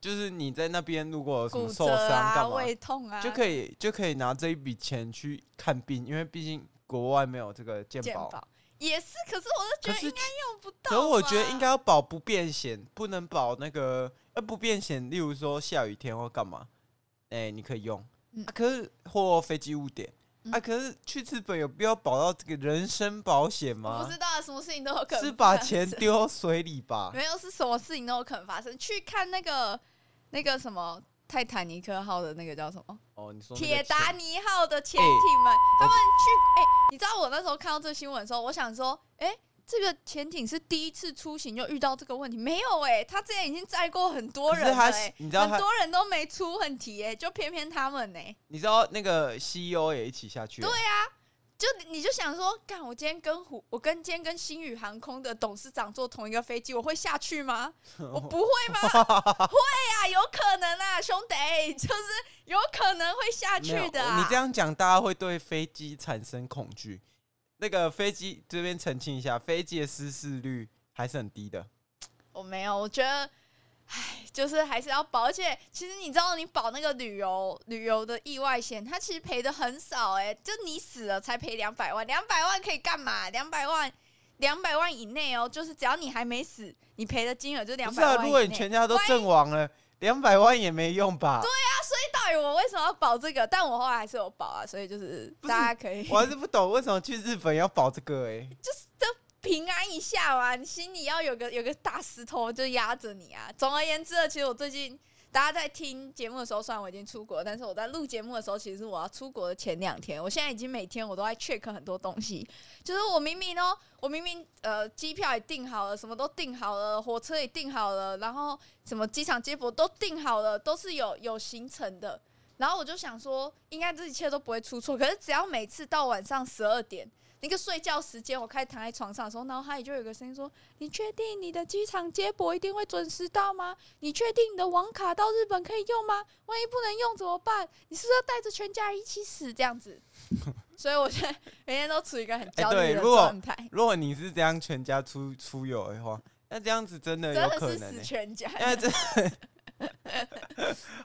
就是你在那边如果有什
骨
么受
折
伤干
啊、
嘛，
胃痛啊，
就可以就可以拿这一笔钱去看病，因为毕竟国外没有这个健
健
保。
保也是，可是我
可
就觉得
是
应该用不到吧。
可我觉得应该啊要保不变险，不能保那个呃不变险，例如说下雨天或干嘛，哎、你可以用。
嗯
啊，可是或飞机误点、啊，
嗯
可是去日本有必要保到这个人身保险
我
吗
不知？道什么事情都有可能
是把
发生
钱丢啊水里吧？
没有，是什么事情都有可能发生。去看那个那个什么泰坦尼克号的那个叫什么
哦，你说那个
铁达
钱
尼号的潜艇们，他们去哎、你知道我那时候看到这新闻的时候，我想说，哎、这个潜艇是第一次出行就遇到这个问题，没有哎、他之前已经载过很多人
可是
了、
他
哎
你知道他
很多人都没出问题哎、就偏偏他们呢、
你知道那个 CEO 也一起下去了，
啊
对，
就你就想说，干我今天跟虎，我跟今天跟星宇航空的董事长坐同一个飞机，我会下去吗？我不会吗？
(laughs)
会啊，有可能啊，兄弟，就是有可能会下去的、啊。
你这样讲，大家会对飞机产生恐惧。那个飞机这边澄清一下，飞机的失事率还是很低的。
我没有，我觉得，唉，就是还是要保。而且，其实你知道，你保那个旅游旅游的意外险，它其实赔的很少、欸，就你死了才赔两百万，两百万可以干嘛？两百万。两百万以内哦，就是只要你还没死，你赔的金额就两
不是
百万以
啊，
内。
如果你全家都阵亡了，两百万也没用吧？
到底哎我为什么要保这个？但我后来还是有保啊，所以就是
不是
大家可以
(laughs) 我还是不懂为什么去日本要保这个哎、
平安一下嘛，你心里要有个有个大石头就压着你啊。总而言之呢，其实我最近大家在听节目的时候，虽然我已经出国，但是我在录节目的时候，其实我要出国的前两天，我现在已经每天我都在 check 很多东西，就是我明明哦，我明明呃机票也订好了，什么都订好了，火车也订好了，然后什么机场接驳都订好了，都是有有行程的。然后我就想说，应该这一切都不会出错。可是只要每次到晚上十二点，那个睡觉时间，我开始躺在床上的时候，脑海里就有一个声音说：“你确定你的机场接驳一定会准时到吗？你确定你的网卡到日本可以用吗？万一不能用怎么办？你是不是要带着全家人一起死这样子？”所以我现在每天都处于一个很焦
哎
虑
对
的
如果
状态，
如果你是这样全家出出游的话，那这样子真的有
真
可
的是
能、
死
欸，
全家。
因为这 (laughs)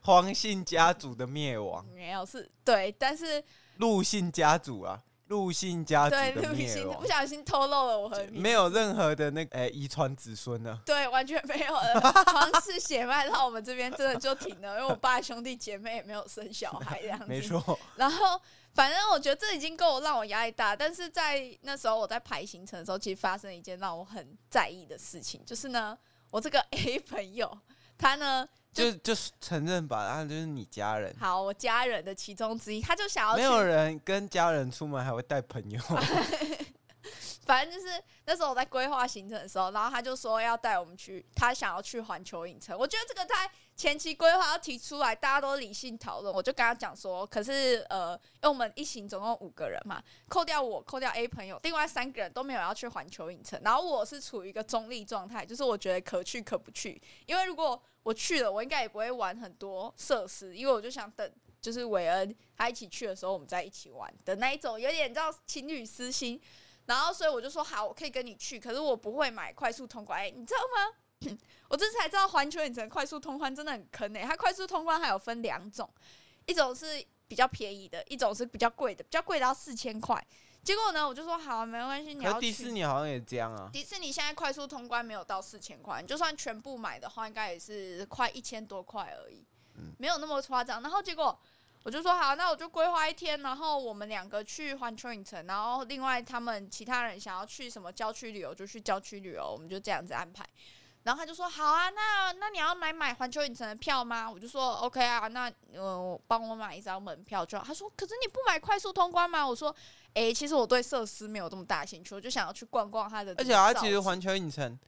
黄姓家族的灭亡，
没有是对，但是
陆姓家族啊，陆姓家族
对，
的
陆
灭哦
星
亡
不，小心透露了我和你，
没有任何的那个呃遗传子孙呢。
对，完全没
(laughs)
有了。皇室血脉到我们这边真的就停了，因为我爸兄弟姐妹也没有生小孩这样子。
没错，
然后，反正我觉得这已经够让我压力大，但是在那时候我在排行程的时候，其实发生了一件让我很在意的事情，就是呢，我这个 A 朋友，他呢，就
就就是承认吧，啊，就是你家人，
好，我家人的其中之一，他就想要
没
去，
有人跟家人出门还会带朋
(laughs)
友，
反正就是那时候我在规划行程的时候，然后他就说要带我们去，他想要去环球影城。我觉得这个在前期规划要提出来，大家都理性讨论。我就跟他讲说，可是呃，因为我们一行总共五个人嘛，扣掉我，扣掉 A 朋友，另外三个人都没有要去环球影城。然后我是处于一个中立状态，就是我觉得可去可不去，因为如果我去了，我应该也不会玩很多设施，因为我就想等。就是韦恩他一起去的时候，我们再一起玩的那一种，有点你知道情侣私心，然后所以我就说好，我可以跟你去，可是我不会买快速通关。哎、你知道吗？ (clears throat) 我这次才知道环球影城快速通关真的很坑哎、它快速通关还有分两种，一种是比较便宜的，一种是比较贵的，比较贵的要四千块。结果呢，我就说好啊，没关系，你
可
要
是
去
迪士尼好像也这样啊，
迪士尼现在快速通关没有到四千块，你就算全部买的话，应该也是快一千多块而已，
嗯
没有那么夸张。然后结果我就说好，那我就规划一天，然后我们两个去环球影城，然后另外他们其他人想要去什么郊区旅游就去郊区旅游，我们就这样子安排。然后他就说好啊，那那你要来买环球影城的票吗？我就说 OK 啊，那呃帮我买一张门票就好。他说可是你不买快速通关吗？我说诶，其实我对设施没有这么大兴趣，我就想要去逛逛它的。
而且它其实环球影城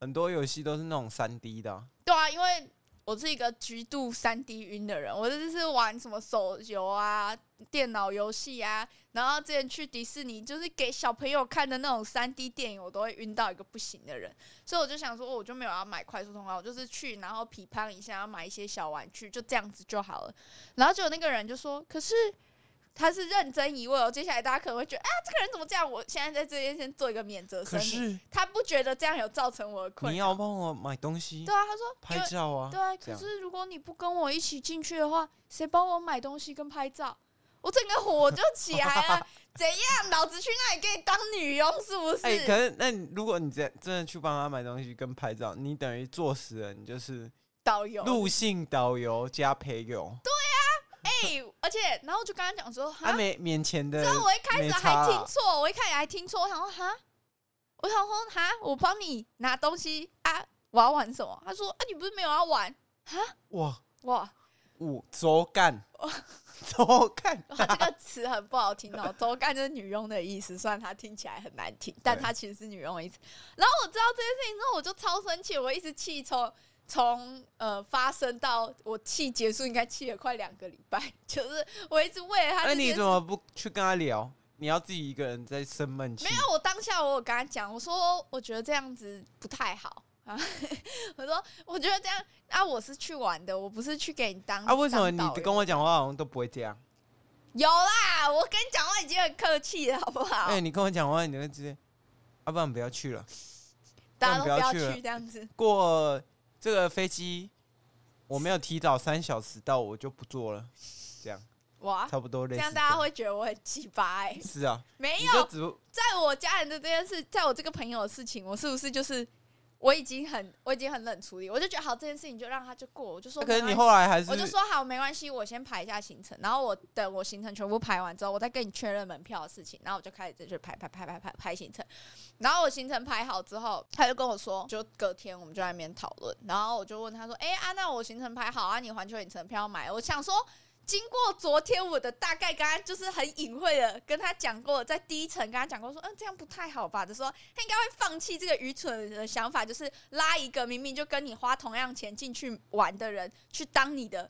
很多游戏都是那种三 D 的啊、
对啊，因为我是一个极度三 D 晕的人，我就是玩什么手游啊、电脑游戏啊，然后之前去迪士尼就是给小朋友看的那种三 D 电影，我都会晕到一个不行的人，所以我就想说，哦我就没有要买快速通关，我就是去然后批判一下，要买一些小玩具，就这样子就好了。然后就有那个人就说，可是。他是认真疑问哦，接下来大家可能会觉得啊，这个人怎么这样？我现在在这边先做一个免责
可
声明，
是
他不觉得这样有造成我的困
你
扰。
要帮我买东西
对、啊，他说因
拍
为
照啊，
对，
这
可
样
是如果你不跟我一起进去的话，谁帮我买东西跟拍照？我整个火就起来
(laughs)
了，怎样？老子去那里给你当女佣是不是？
哎、可是那你如果你真真的去帮他买东西跟拍照，你等于坐实了，你就是
导游，
陆性导游加陪游，
哎、而且然后我就跟他讲说，
他
哈，
啊没免钱的
然后我一开
没
始
差啊
还听错，我一开始还听错，我想说哈，我想说哈，我帮你拿东西啊，我要玩什么？他说啊，你不是没有要玩
哇，
哇？
五周干，周干， (laughs)
哇，这个词很不好听哦。周干就是女佣的意思，虽然它听起来很难听，但它其实是女佣的意思。然后我知道这件事情之后，我就超生气，我一直气从从呃发生到我气结束，应该气了快两个礼拜，就是我一直为了他
那
这
啊你
件
怎
事。
么不去跟他聊？你要自己一个人在生闷气
没？有，我当下我有跟他讲，我说我觉得这样子不太好啊。我说我觉得这样啊，我是去玩的，我不是去给你当
啊，为什么
当导
你
游
跟我讲话好像都不会这样？
有啦？我跟你讲话已经很客气了，好不好？
哎、你跟我讲话，你就会直接，要、不然不要去了。
大家都
不然
不
不要
要去
去了
这样子。
过这个飞机，我没有提早三小时到，我就不坐了。这样
哇，
差不多类
啊这
似这
样
样。
大家会觉得我很鸡巴哎。
是啊，
没
你就
有，
只不
在我家人的这件事，在我这个朋友的事情，我是不是就是我已经很我已经很冷处理，我就觉得好这件事情就让他就过，我就说
可是
没
你
关系。
后来还是
我就说好，没关系，我先排一下行程，然后我等我行程全部排完之后，我再跟你确认门票的事情，然后我就开始再去排排排排排排行程，然后我行程排好之后，他就跟我说，就隔天我们就在那边讨论，然后我就问他说，哎、啊，那我行程排好啊，你环球影城票买了，我想说经过昨天我的大概，刚刚就是很隐晦的跟他讲过，在第一层跟他讲过说，嗯，这样不太好吧？就说他应该会放弃这个愚蠢的想法，就是拉一个明明就跟你花同样钱进去玩的人去当你的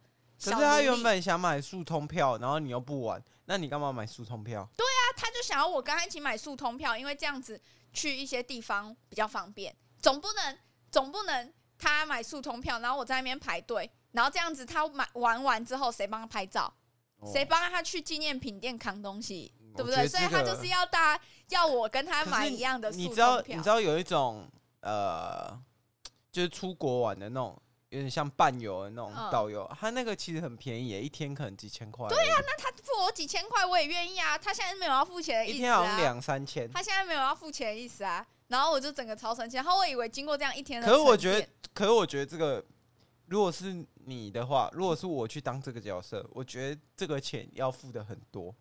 可
小
是
奴
他
隶。
原本想买速通票，然后你又不玩，那你干嘛买速通票？
他他就想要我跟他一起买速通票，因为这样子去一些地方比较方便，总不能总不能他买速通票，然后我在那边排队，然后这样子他买玩完之后，谁帮他拍照？谁
哦
帮他去纪念品店扛东西，
嗯
对不
我觉
对？
得
所以
这
他
个
就是要大家要我跟他
可是
买一样的
你
速
知道，
通
你
票
知。道有一种呃，就是出国玩的那种有点像伴游的那种
嗯
导游，他那个其实很便宜耶，一天可能几千块。对呀、
那他付我几千块，我也愿意啊。他现在没有要付钱的
一
意思
天好像
啊，
两三千。
他现在没有要付钱的意思啊。然后我就整个超生气，然后我以为经过这样一天的
可
沉淀，
是我觉得，可是我觉得这个，如果是你的话，如果是我去当这个角色，我觉得这个钱要付的很多，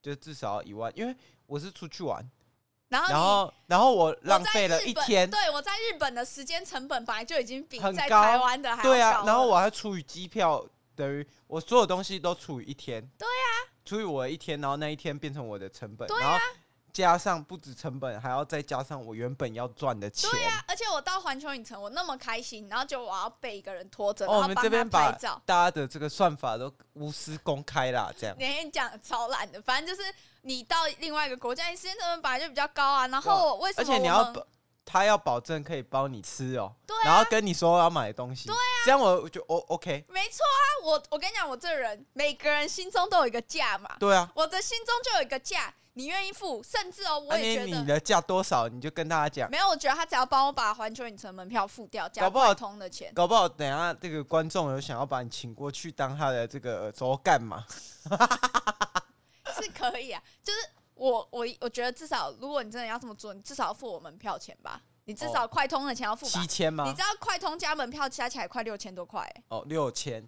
就至少要一万，因为我是出去玩，
然哦后你
然后然后我
我
浪
在
费了
日
一
本
天，
对我在日本的时间成本本来就已经比
很
在
高
台湾的还要
对啊
高，
然后
了
我还除以机票，等于我所有东西都除以一天，对啊，除以我的一天，然后那一天变成我的成本，
对啊
然后加上不止成本，还要再加上我原本要赚的钱，
对啊，而且我到环球影城，我那么开心，然后就我要被一个人拖着，然
哦，我
后
们这
帮他
边把
拍照。
大家的这个算法都无私公开啦，这样。
那天讲超懒的，反正就是你到另外一个国家，你时间成本本来就比较高啊。然后我为什
而
么
且
我
你要
们
保，他要保证可以包你吃哦，
对啊
然后跟你说要买的东西，对啊，这样我就 O OK，
没错啊，我我跟你讲，我这人每个人心中都有一个价嘛，
对啊，
我的心中就有一个价，你愿意付，甚至哦，我
那
也
哎啊你
觉得、
你的价多少你就跟大家讲，
没有，我觉得他只要帮我把环球影城门票付掉，加
搞不好
普通的钱，
搞不好等一下这个观众有想要把你请过去当他的这个轴干嘛？
是可以啊，就是我我我觉得至少，如果你真的要这么做，你至少要付我门票钱吧，你至少快通的钱要付吧。
哦七千
你
吗
知？道快通加门票加起来快六千多块、欸
哦，六千，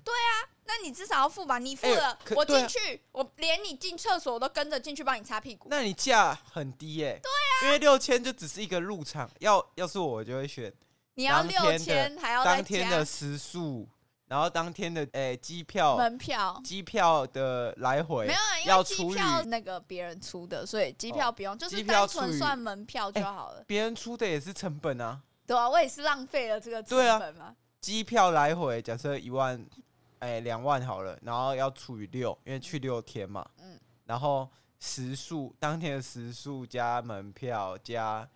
那你至少要付吧？你付
哎
了，
可
我
对
进
啊
去，我连你进厕所我都跟着进去帮你擦屁股。
那你价很低耶、对啊，因为六千就只是一个入场，要要是我我就会选
你要
当
六
天的
千，还要再
当天
加
的食宿，然后当天的诶机、票，
门票。
机票的来回
没有啊，因为
要
机
除以
票那个别人出的，所以机票不用，就是
机票哎
单
除
纯
以
算门票就好了。
别人出的也是成本啊，
对啊，我也是浪费了这个成
对啊
本嘛。
机票来回假设一万，哎、两万好了，然后要除以六，因为去六天嘛，
嗯
然后时速当天的时速加门票加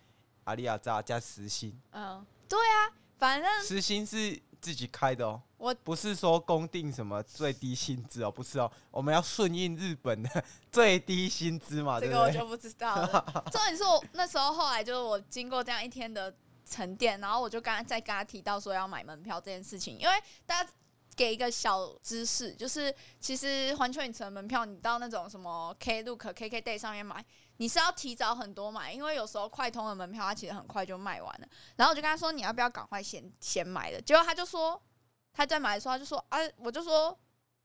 阿里亚扎加时薪，
嗯，对啊，反正
时薪是自己开的哦，
我
不是说公定什么最低薪资哦，不是哦，我们要顺应日本的 (laughs) 最低薪资嘛，
这
对
个
不
我
对
就？不知
(laughs)
道了。重点是我那时候后来就是我经过这样一天的沉淀，然后我就刚刚再跟他提到说要买门票这件事情，因为大家。给一个小知识，就是其实环球影城的门票，你到那种什么 Klook、KKday 上面买，你是要提早很多买，因为有时候快通的门票它其实很快就卖完了。然后我就跟他说你要不要赶快先先买了，结果他就说他在买的时候他就说啊，我就说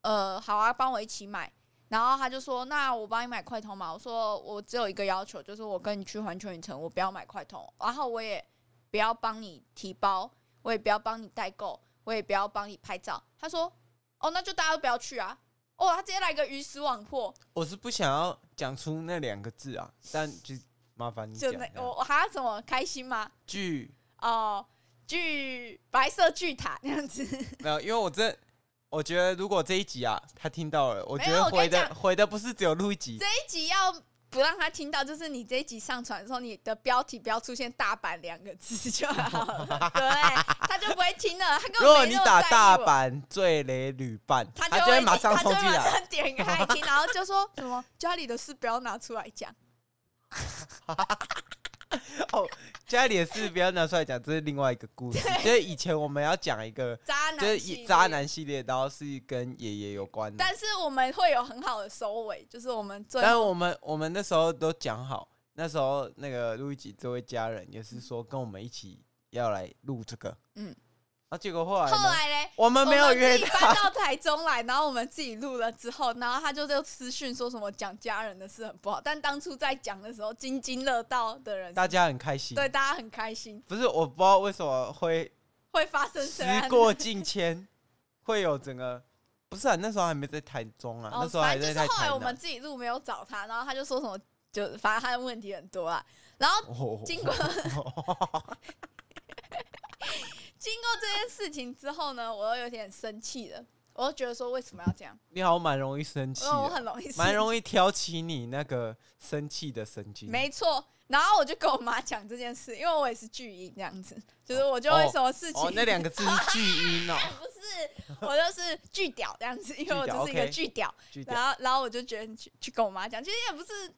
呃好啊，帮我一起买。然后他就说：“那我帮你买快通嘛。”我说：“我只有一个要求，就是我跟你去环球影城，我不要买快通，然后我也不要帮你提包，我也不要帮你代购，我也不要帮你拍照。”他说：“哦，那就大家都不要去啊！”哦，他直接来个鱼死网破，
我是不想要讲出那两个字啊，但就麻烦你
就
讲这
那
样，
哦我 (laughs) 我还要怎么开心吗？
据
哦，巨白色巨塔那样子，
没有，因为我真的，我觉得如果这一集啊，他听到了，我觉
没有
得
我跟你
回的
讲
回的不是只有录一集，
这一集要不让他听到，就是你这一集上传的时候，你的标题不要出现“大阪”两个字就好了，对，他就不会听了。他根
如果
本没
你
那么
打
在意
大
我，
阪最雷旅伴，
他
就
会
会
听
马上
他就
冲
会
进
马
来。
上点开听，然后
(laughs)
就说什么家里的事不要拿出来讲。
家里的事不要拿出来讲，这是另外一个故
(laughs)
事。就是以前我们要讲一个，
渣
就
男系
是
列，
渣男系列，然后是跟爷爷有关的。
但是我们会有很好的收尾，就是我们最
但我们我们那时候都讲好，那时候那个路易吉这位家人也是说跟我们一起要来录这个，
嗯
嗯，啊，结果后来呢，
(laughs) 后来嘞。
我
我
们没有约
自己搬
他，
到台中来，然后我们自己录了之后，然后他就就私讯说什么讲家人的事很不好，但当初在讲的时候津津乐道的人，
大家很开心。
对大家很开心，
不是，我不知道为什么会
会发生
时
什么样的 (laughs)
过境迁，会有整个不是啊，那时候还没在台中啊，那
哦，
时候还
反正
在
就
在
是后
台
来我
南
们。自己录没有找他，然后他就说什么，就反正他的问题很多啊。然后
哦
经过 (laughs) 经过这件事情之后呢，我又有点生气了，我就觉得说为什么要这样？
(laughs) 你好，蛮容易生气
因为哦我
的，
很容易
蛮
易，
容易挑起你那个生气的神经。
没错。然后我就跟我妈讲这件事，因为我也是巨婴这样子，就是我就会什么事情、
哦，那两个字是巨
(laughs)
婴哦，
不是我就是巨屌这样子，因为我就是一个巨屌。
巨屌
然后然后我就觉得你去去跟我妈讲，其实也不是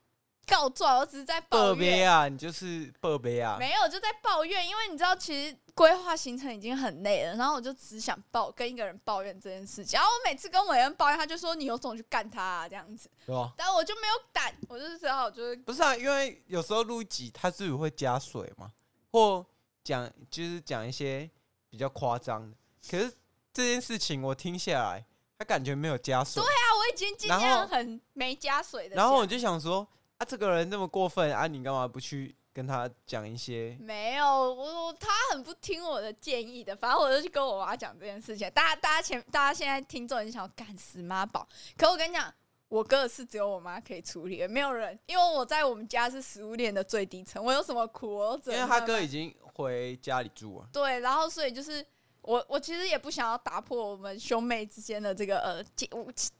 告状，我只是在抱
贝贝
怨，
啊，你就是贝贝啊，
没有就在抱怨，因为你知道，其实规划行程已经很累了，然后我就只想抱跟一个人抱怨这件事情。然后我每次跟伟恩抱怨，他就说你有种去干他、啊、这样子，
对吧？
但我就没有胆，我就是只好就是
不是啊，因为有时候录一集它自己会加水嘛，或讲就是讲一些比较夸张的。可是这件事情我听下来，他感觉没有加水，
啊，我已经尽
然后
量很没加水的讲，
然后我就想说啊，这个人那么过分啊，你干嘛不去跟他讲一些？
没有，我我他很不听我的建议的，反正我就去跟我妈讲这件事情。大家大家前大家现在听众已经想要干死妈宝，可我跟你讲，我哥的事只有我妈可以处理，没有人，因为我在我们家是食物链的最低层，我有什么苦我都只
因
能
为他
慢慢
哥已经回家里住了，
对，然后所以就是我我其实也不想要打破我们兄妹之间的这个呃假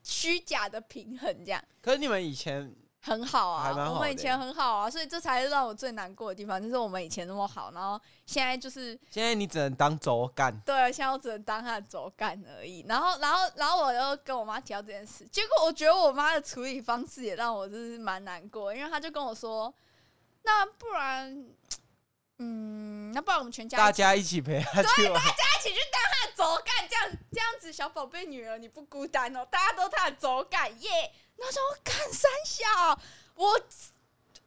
虚假的平衡，这样。
可是你们以前
很好啊，
还蛮好的欸
我们以前很好啊，所以这才是让我最难过的地方，就是我们以前那么好，然后现在就是
现在你只能当轴干，
对，啊现在我只能当他的走干而已。然后，然后，然后我又跟我妈提到这件事，结果我觉得我妈的处理方式也让我就是蛮难过，因为她就跟我说：“那不然，嗯，那不然我们全家
大
一起
家一起陪他去玩。
一起去当他的走干，这样这样子，小宝贝女儿你不孤单哦，大家都他的走干耶。”那时候我干三小，我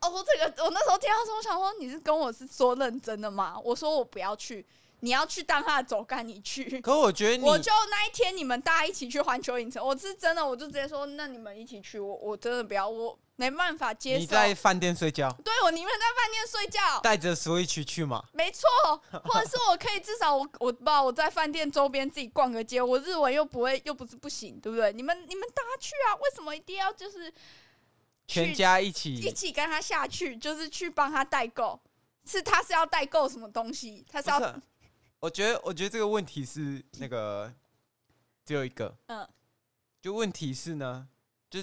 哦，我这个我那时候听到说，我想说你是跟我是说认真的吗？我说我不要去，你要去当他的走干，你去。
可我觉得你
(laughs) 我就那一天你们大家一起去环球影城，我是真的，我就直接说，那你们一起去，我我真的不要，我没办法接
你
受。
在饭店睡觉，
对我宁愿在饭店睡觉，
带着 Switch 去嘛，
没错，或者是我可以至少我我不知道我在饭店周边自己逛个街，我日文又不会又不是不行，对不对？你们你们大家去啊，为什么一定要就是
全
去
家一
一
起。
起跟他下去，就是去帮他代购？ (laughs) 是他是要代购什么东西？他是要
不是，啊我觉得，我觉得这个问题是那个只有一个，
嗯
就问题是呢，就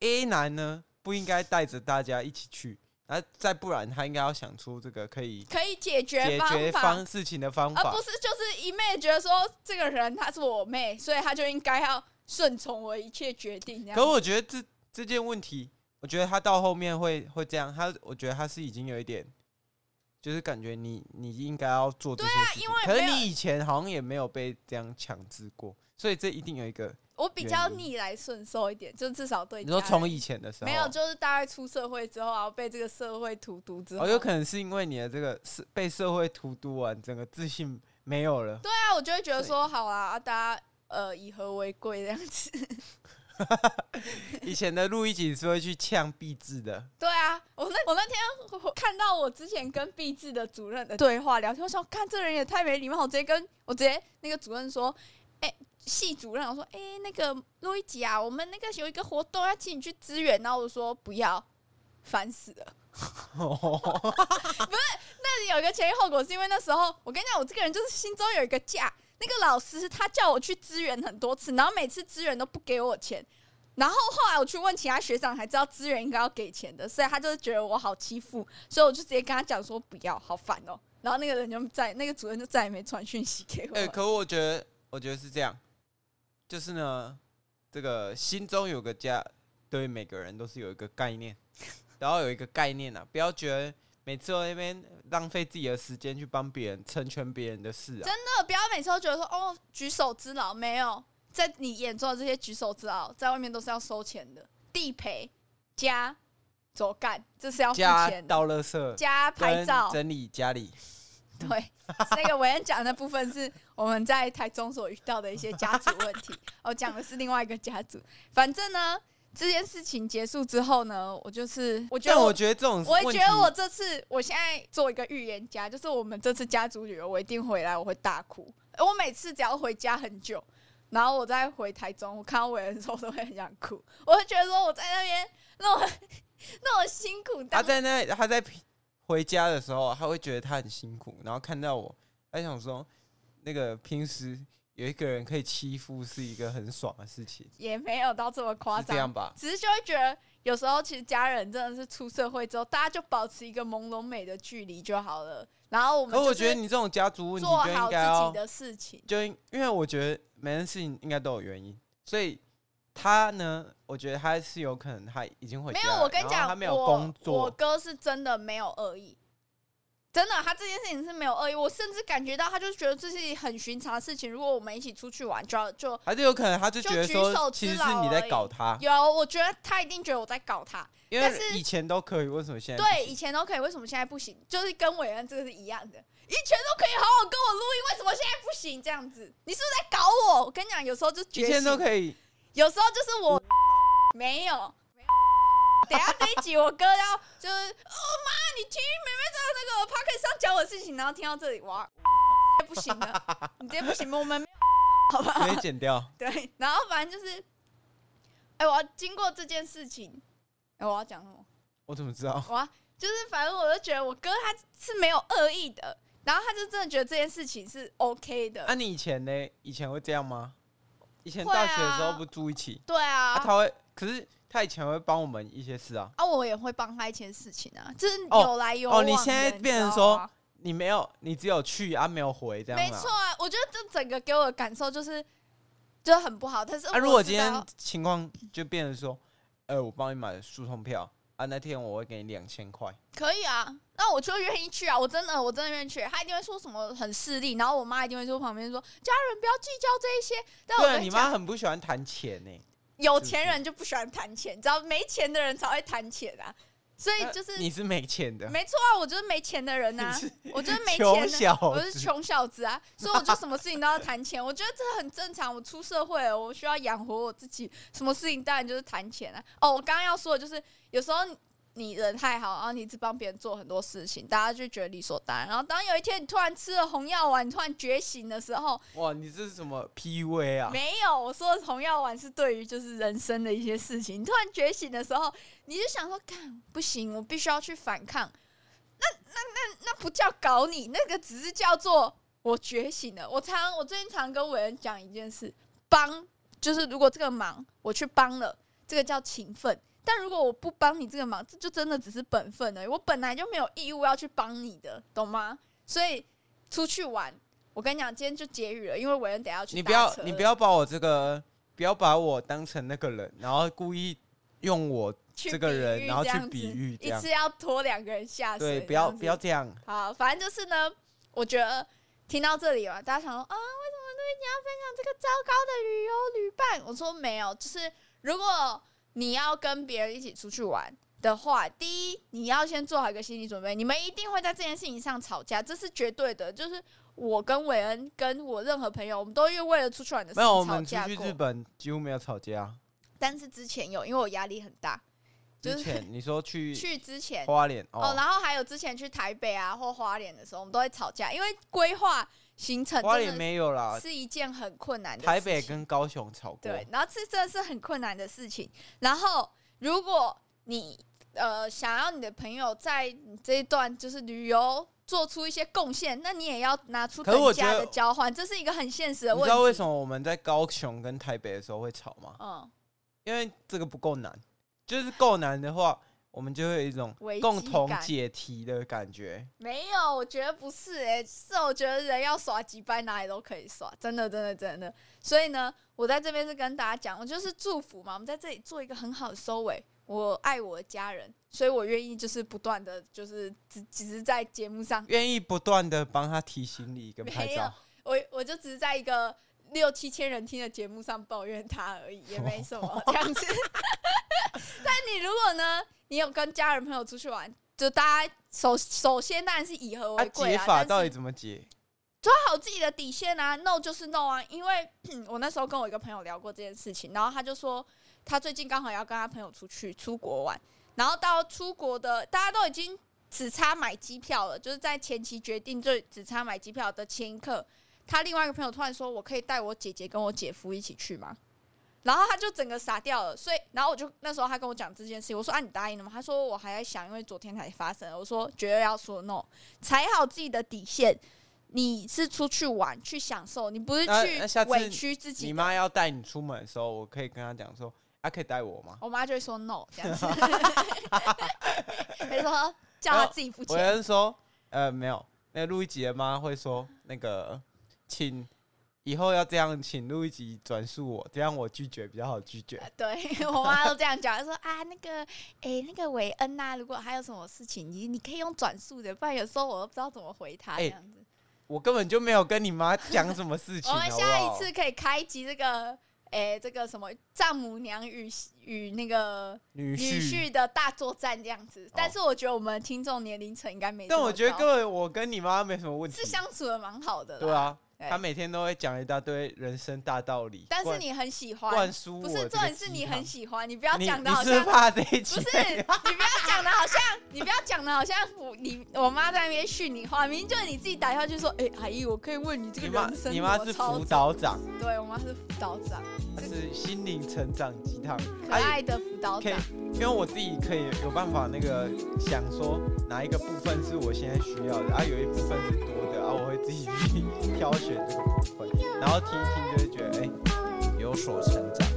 A 男呢不应该带着大家一起去，那再不然他应该要想出这个可以
可以解决
解
方法
决方事情的方
而
法
不。是就是一昧地觉得说这个人她是我妹，所以她就应该要顺从我一切决定这样。
可我觉得这这件问题，我觉得他到后面会会这样，他我觉得他是已经有一点。就是感觉你你应该要做这些事情，
啊因为
可是
没有
你以前好像也没有被这样强制过，所以这一定有一个。
我比较逆来顺受一点，就至少对
你说
家
从
人
以前的时候啊，
没有，就是大概出社会之后啊，被这个社会荼毒之后，
哦，有可能是因为你的这个是被社会荼毒完，整个自信没有了。
对啊，我就会觉得说好啦，啊大家呃以和为贵这样子。 (laughs)
以前的录一集是会去呛壁纸的，
对啊，我那我那天看到我之前跟毕志的主任的对话聊天，我想看这人也太没礼貌，我直接跟我直接那个主任说，哎、系主任，我说，哎、那个路易吉啊，我们那个有一个活动要请你去支援，然后我说不要，烦死了。但是有一个前因后果，是因为那时候我跟你讲，我这个人就是心中有一个架。那个老师他叫我去支援很多次，然后每次支援都不给我钱。然后后来我去问其他学长，才知道支援应该要给钱的，所以他就是觉得我好欺负，所以我就直接跟他讲说不要，好烦哦。然后那个人就再那个主任就再也没传讯息给我 (laughs)
哎、
了。
可我觉得，我觉得是这样，就是呢，这个心中有个家，对每个人都是有一个概念，然后有一个概念啊，不要觉得每次都在那边浪费自己的时间去帮别人成全别人的事啊。
真的不要每次都觉得说哦举手之劳，没有在你眼中的这些举手之劳，在外面都是要收钱的，地陪加走干，这是要付
家
钱的。
倒垃圾，
加拍
跟
照，
整理家里，
对，那个伟恩讲的部分是我们在台中所遇到的一些家族问题， (laughs) 我讲的是另外一个家族。反正呢，这件事情结束之后呢，我就是我觉
但
得
我
我。
觉得这种
我也
问
觉得
题
我这次，我现在做一个预言家，就是我们这次家族旅游，我一定回来，我会大哭。我每次只要回家很久，然后我再回台中，我看到伟恩的时候，我都会很想哭。我会觉得说我在那边那么 (laughs) 那么辛苦，
他
当
啊在那他在回家的时候，他会觉得他很辛苦，然后看到我，他想说，那个平时有一个人可以欺负是一个很爽的事情，
也没有到这么夸
是这
张，
样吧？
只是就会觉得，有时候其实家人真的是出社会之后，大家就保持一个朦胧美的距离就好了。然后我们
可我
就
觉得
是
你这种家族问题
做
就应
好
该
自己
要，
的事情。
就应因为我觉得每件事情应该都有原因，所以他呢，我觉得他是有可能他已经回家
没
了，
有，我跟你
然后
讲，
他没有
我
工
我
作，
哥是真的没有恶意，真的，他这件事情是没有恶意。我甚至感觉到，他就觉得这是很寻常的事情。如果我们一起出去玩，就要就
还是有可能他就
就
觉得
举手
说，
之
其实是
劳
你
而
在
已
搞他，
有。我觉得他一定觉得我在搞他。
因
但
为
是
以前都可以，为什么现在不
对，
行
以前都可以，为什么现在不行？就是跟伟恩这个是一样的，以前都可以好好跟我录音，为什么现在不行？这样子，你是不是在搞我？我跟你讲，有时候就觉
以前都可
(laughs)
以？
有时候就
(laughs)
是我没有。等一下这一集我哥要就是哦妈，你听妹妹在那个 p o c k e t 上讲我的事情，然后听到这里哇，不行的，你这不行，我
(laughs)
们没有好吧？
可以剪掉。
对，然后反正就是，哎、我要经过这件事情，哎、我要讲什么？
我怎么知道？
哇，就是反正我就觉得我哥他是没有恶意的，然后他就真的觉得这件事情是 OK 的。
那、啊你以前呢？以前会这样吗？以前
会
大学的时候
啊
不住一起，
对啊，
啊、他会，可是他以前会帮我们一些事啊。
啊，我也会帮他一些事情啊，就是
哦
有来有
哦
往的、
你现在
知
变成
道
说
吗
你没有，你只有去啊，没有回这样、啊。
没错。啊，我觉得这整个给我的感受就是，就很不好。但是我知
啊，
道，
如果今天情况就变成说，呃，我帮你买速通票啊，那天我会给你两千块。
可以啊，那我就愿意去啊，我真的我真的愿意去。他一定会说什么很势利，然后我妈一定会说旁边说家人不要计较这一些。但我
对啊
跟
你妈
讲，
很不喜欢谈钱呢、
有钱人就不喜欢谈钱，你知道没钱的人才会谈钱啊。所以
那
就是
你是没钱的，
没错啊，我就是没钱的人呐、
(laughs)
啊，我就是没钱、
穷
啊，
小
我是
子
穷小子啊，所以我就什么事情都要谈钱。我觉得这很正常，我出社会了，我需要养活我自己，什么事情当然就是谈钱啊。哦，我刚刚要说的就是，有时候你人太好，然后你一直帮别人做很多事情，大家就觉得理所当然。然后当有一天你突然吃了红药丸，你突然觉醒的时候，
哇，你这是什么 PUA 啊？
没有，我说的红药丸是对于就是人生的一些事情，你突然觉醒的时候，你就想说，干不行，我必须要去反抗。那那那那不叫搞你，那个只是叫做我觉醒了。我常我最近常跟伟人讲一件事，帮就是如果这个忙我去帮了，这个叫勤奋。但如果我不帮你这个忙，这就真的只是本分而已。我本来就没有义务要去帮你的，懂吗？所以出去玩，我跟你讲，今天就结语了，因为伟人等一下要去
你不
搭
要
车，
你不要把我这个，不要把我当成那个人，然后故意用我
去
这个
比
人
喻
然后
这
去
样
比
子
喻这
一
样
次要拖两个人下水。
对，不要
这样子
不要这样。
好，反正就是呢，我觉得听到这里嘛，大家想说啊，为什么对你要分享这个糟糕的旅游旅伴？我说没有，就是如果你要跟别人一起出去玩。的话，第一，你要先做好一个心理准备，你们一定会在这件事情上吵架，这是绝对的。就是我跟韦恩，跟我任何朋友，我们都因为为了出去玩的事
没有，我
情吵
们出
架
去
过
日。本几乎没有吵架。
但是之前有，因为我压力很大，就
之
是
前你说去
去之前
花莲
哦，
哦，
然后还有之前去台北啊或花莲的时候，我们都会吵架，因为规划行程
花
真
莲
的
没有啦，
是一件很困难的事情。
台北跟高雄吵过。
对，然后这真的是很困难的事情。然后如果你呃想要你的朋友在你这一段就是旅游做出一些贡献，那你也要拿出
可是我
等
觉
价
得
的交换，这是一个很现实的
你
问题。
知道为什么我们在高雄跟台北的时候会吵吗？
嗯，
因为这个不够难，就是够难的话，我们就会有一种
危机
共同
感
解题的感觉。
没有，我觉得不是哎、是我觉得人要耍几班哪里都可以耍，真的真的真的。所以呢，我在这边是跟大家讲，我就是祝福嘛，我们在这里做一个很好的收尾。我爱我的家人，所以我愿意就是不断的就是只只是在节目上，
愿意不断的帮他提行李跟拍
没有
照，
我我就只是在一个六七千人听的节目上抱怨他而已，也没什么这样子。 (laughs) 但你如果呢，你有跟家人朋友出去玩，就大家首首先当然是以和
他、
为贵
解
啊，
法
但
到
是
底怎么解？
抓好自己的底线啊，no 就是 no 啊。因为我那时候跟我一个朋友聊过这件事情，然后他就说他最近刚好要跟他朋友出去出国玩，然后到出国的大家都已经只差买机票了，就是在前期决定就只差买机票的前一刻，他另外一个朋友突然说：“我可以带我姐姐跟我姐夫一起去吗？”然后他就整个傻掉了，所以，然后我就那时候他跟我讲这件事情，我说啊，你答应了吗？他说我还在想，因为昨天才发生。我说绝对要说 no，踩好自己的底线，你是出去玩去享受，你不是
那那下
去
次
委屈自己
你
的
妈要带你出门的时候，我可以跟她讲说，她、可以带我吗？
我妈就会说 no 这
(laughs)
样子，她说叫
然
她
后
自己付
我
钱。
是说，呃，没有。那个路易吉的妈会说，那个请以后要这样，请录一集转述我，这样我拒绝比较好拒绝。
对 (laughs) 我妈都这样讲，她说啊，那个，哎、那个韦恩呐、如果还有什么事情，你你可以用转述的，不然有时候我都不知道怎么回她这
哎
样子。
我根本就没有跟你妈讲什么事情。
(laughs) 我们
好不
下
好
一次可以开一集这个，哎、这个什么丈母娘与与那个
女
女婿的大作战这样子。但是我觉得我们听众年龄层应该没
哦
这
但
么高，
我觉得根本我跟你妈没什么问题。
是相处的蛮好的，
对。啊，
对
她每天都会讲一大堆人生大道理，
但是
灌
你很喜欢
灌，输
不
我
是
这
重
个
点是
鸡
你
汤
很喜欢，你不要
你
讲的
你
好
是不是
像
怕啊这一集
不是，你不要讲的好像，你不要讲的好像我你我妈在那边训你话，明明就是你自己打电话就说，哎、阿姨，我可以问你这个
(laughs) 你妈
人生
你妈
怎
是
么操
辅
作，
导长，
对我妈是辅导长，
她是心灵成长鸡汤，哎
可
她也
爱的辅导
可
长
以，，因为我自己可以有办法那个想说哪一个部分是我现在需要的，啊，有一部分是多的，啊，我会自己去挑选这个部分，然后听一听就会觉得哎、有所成长。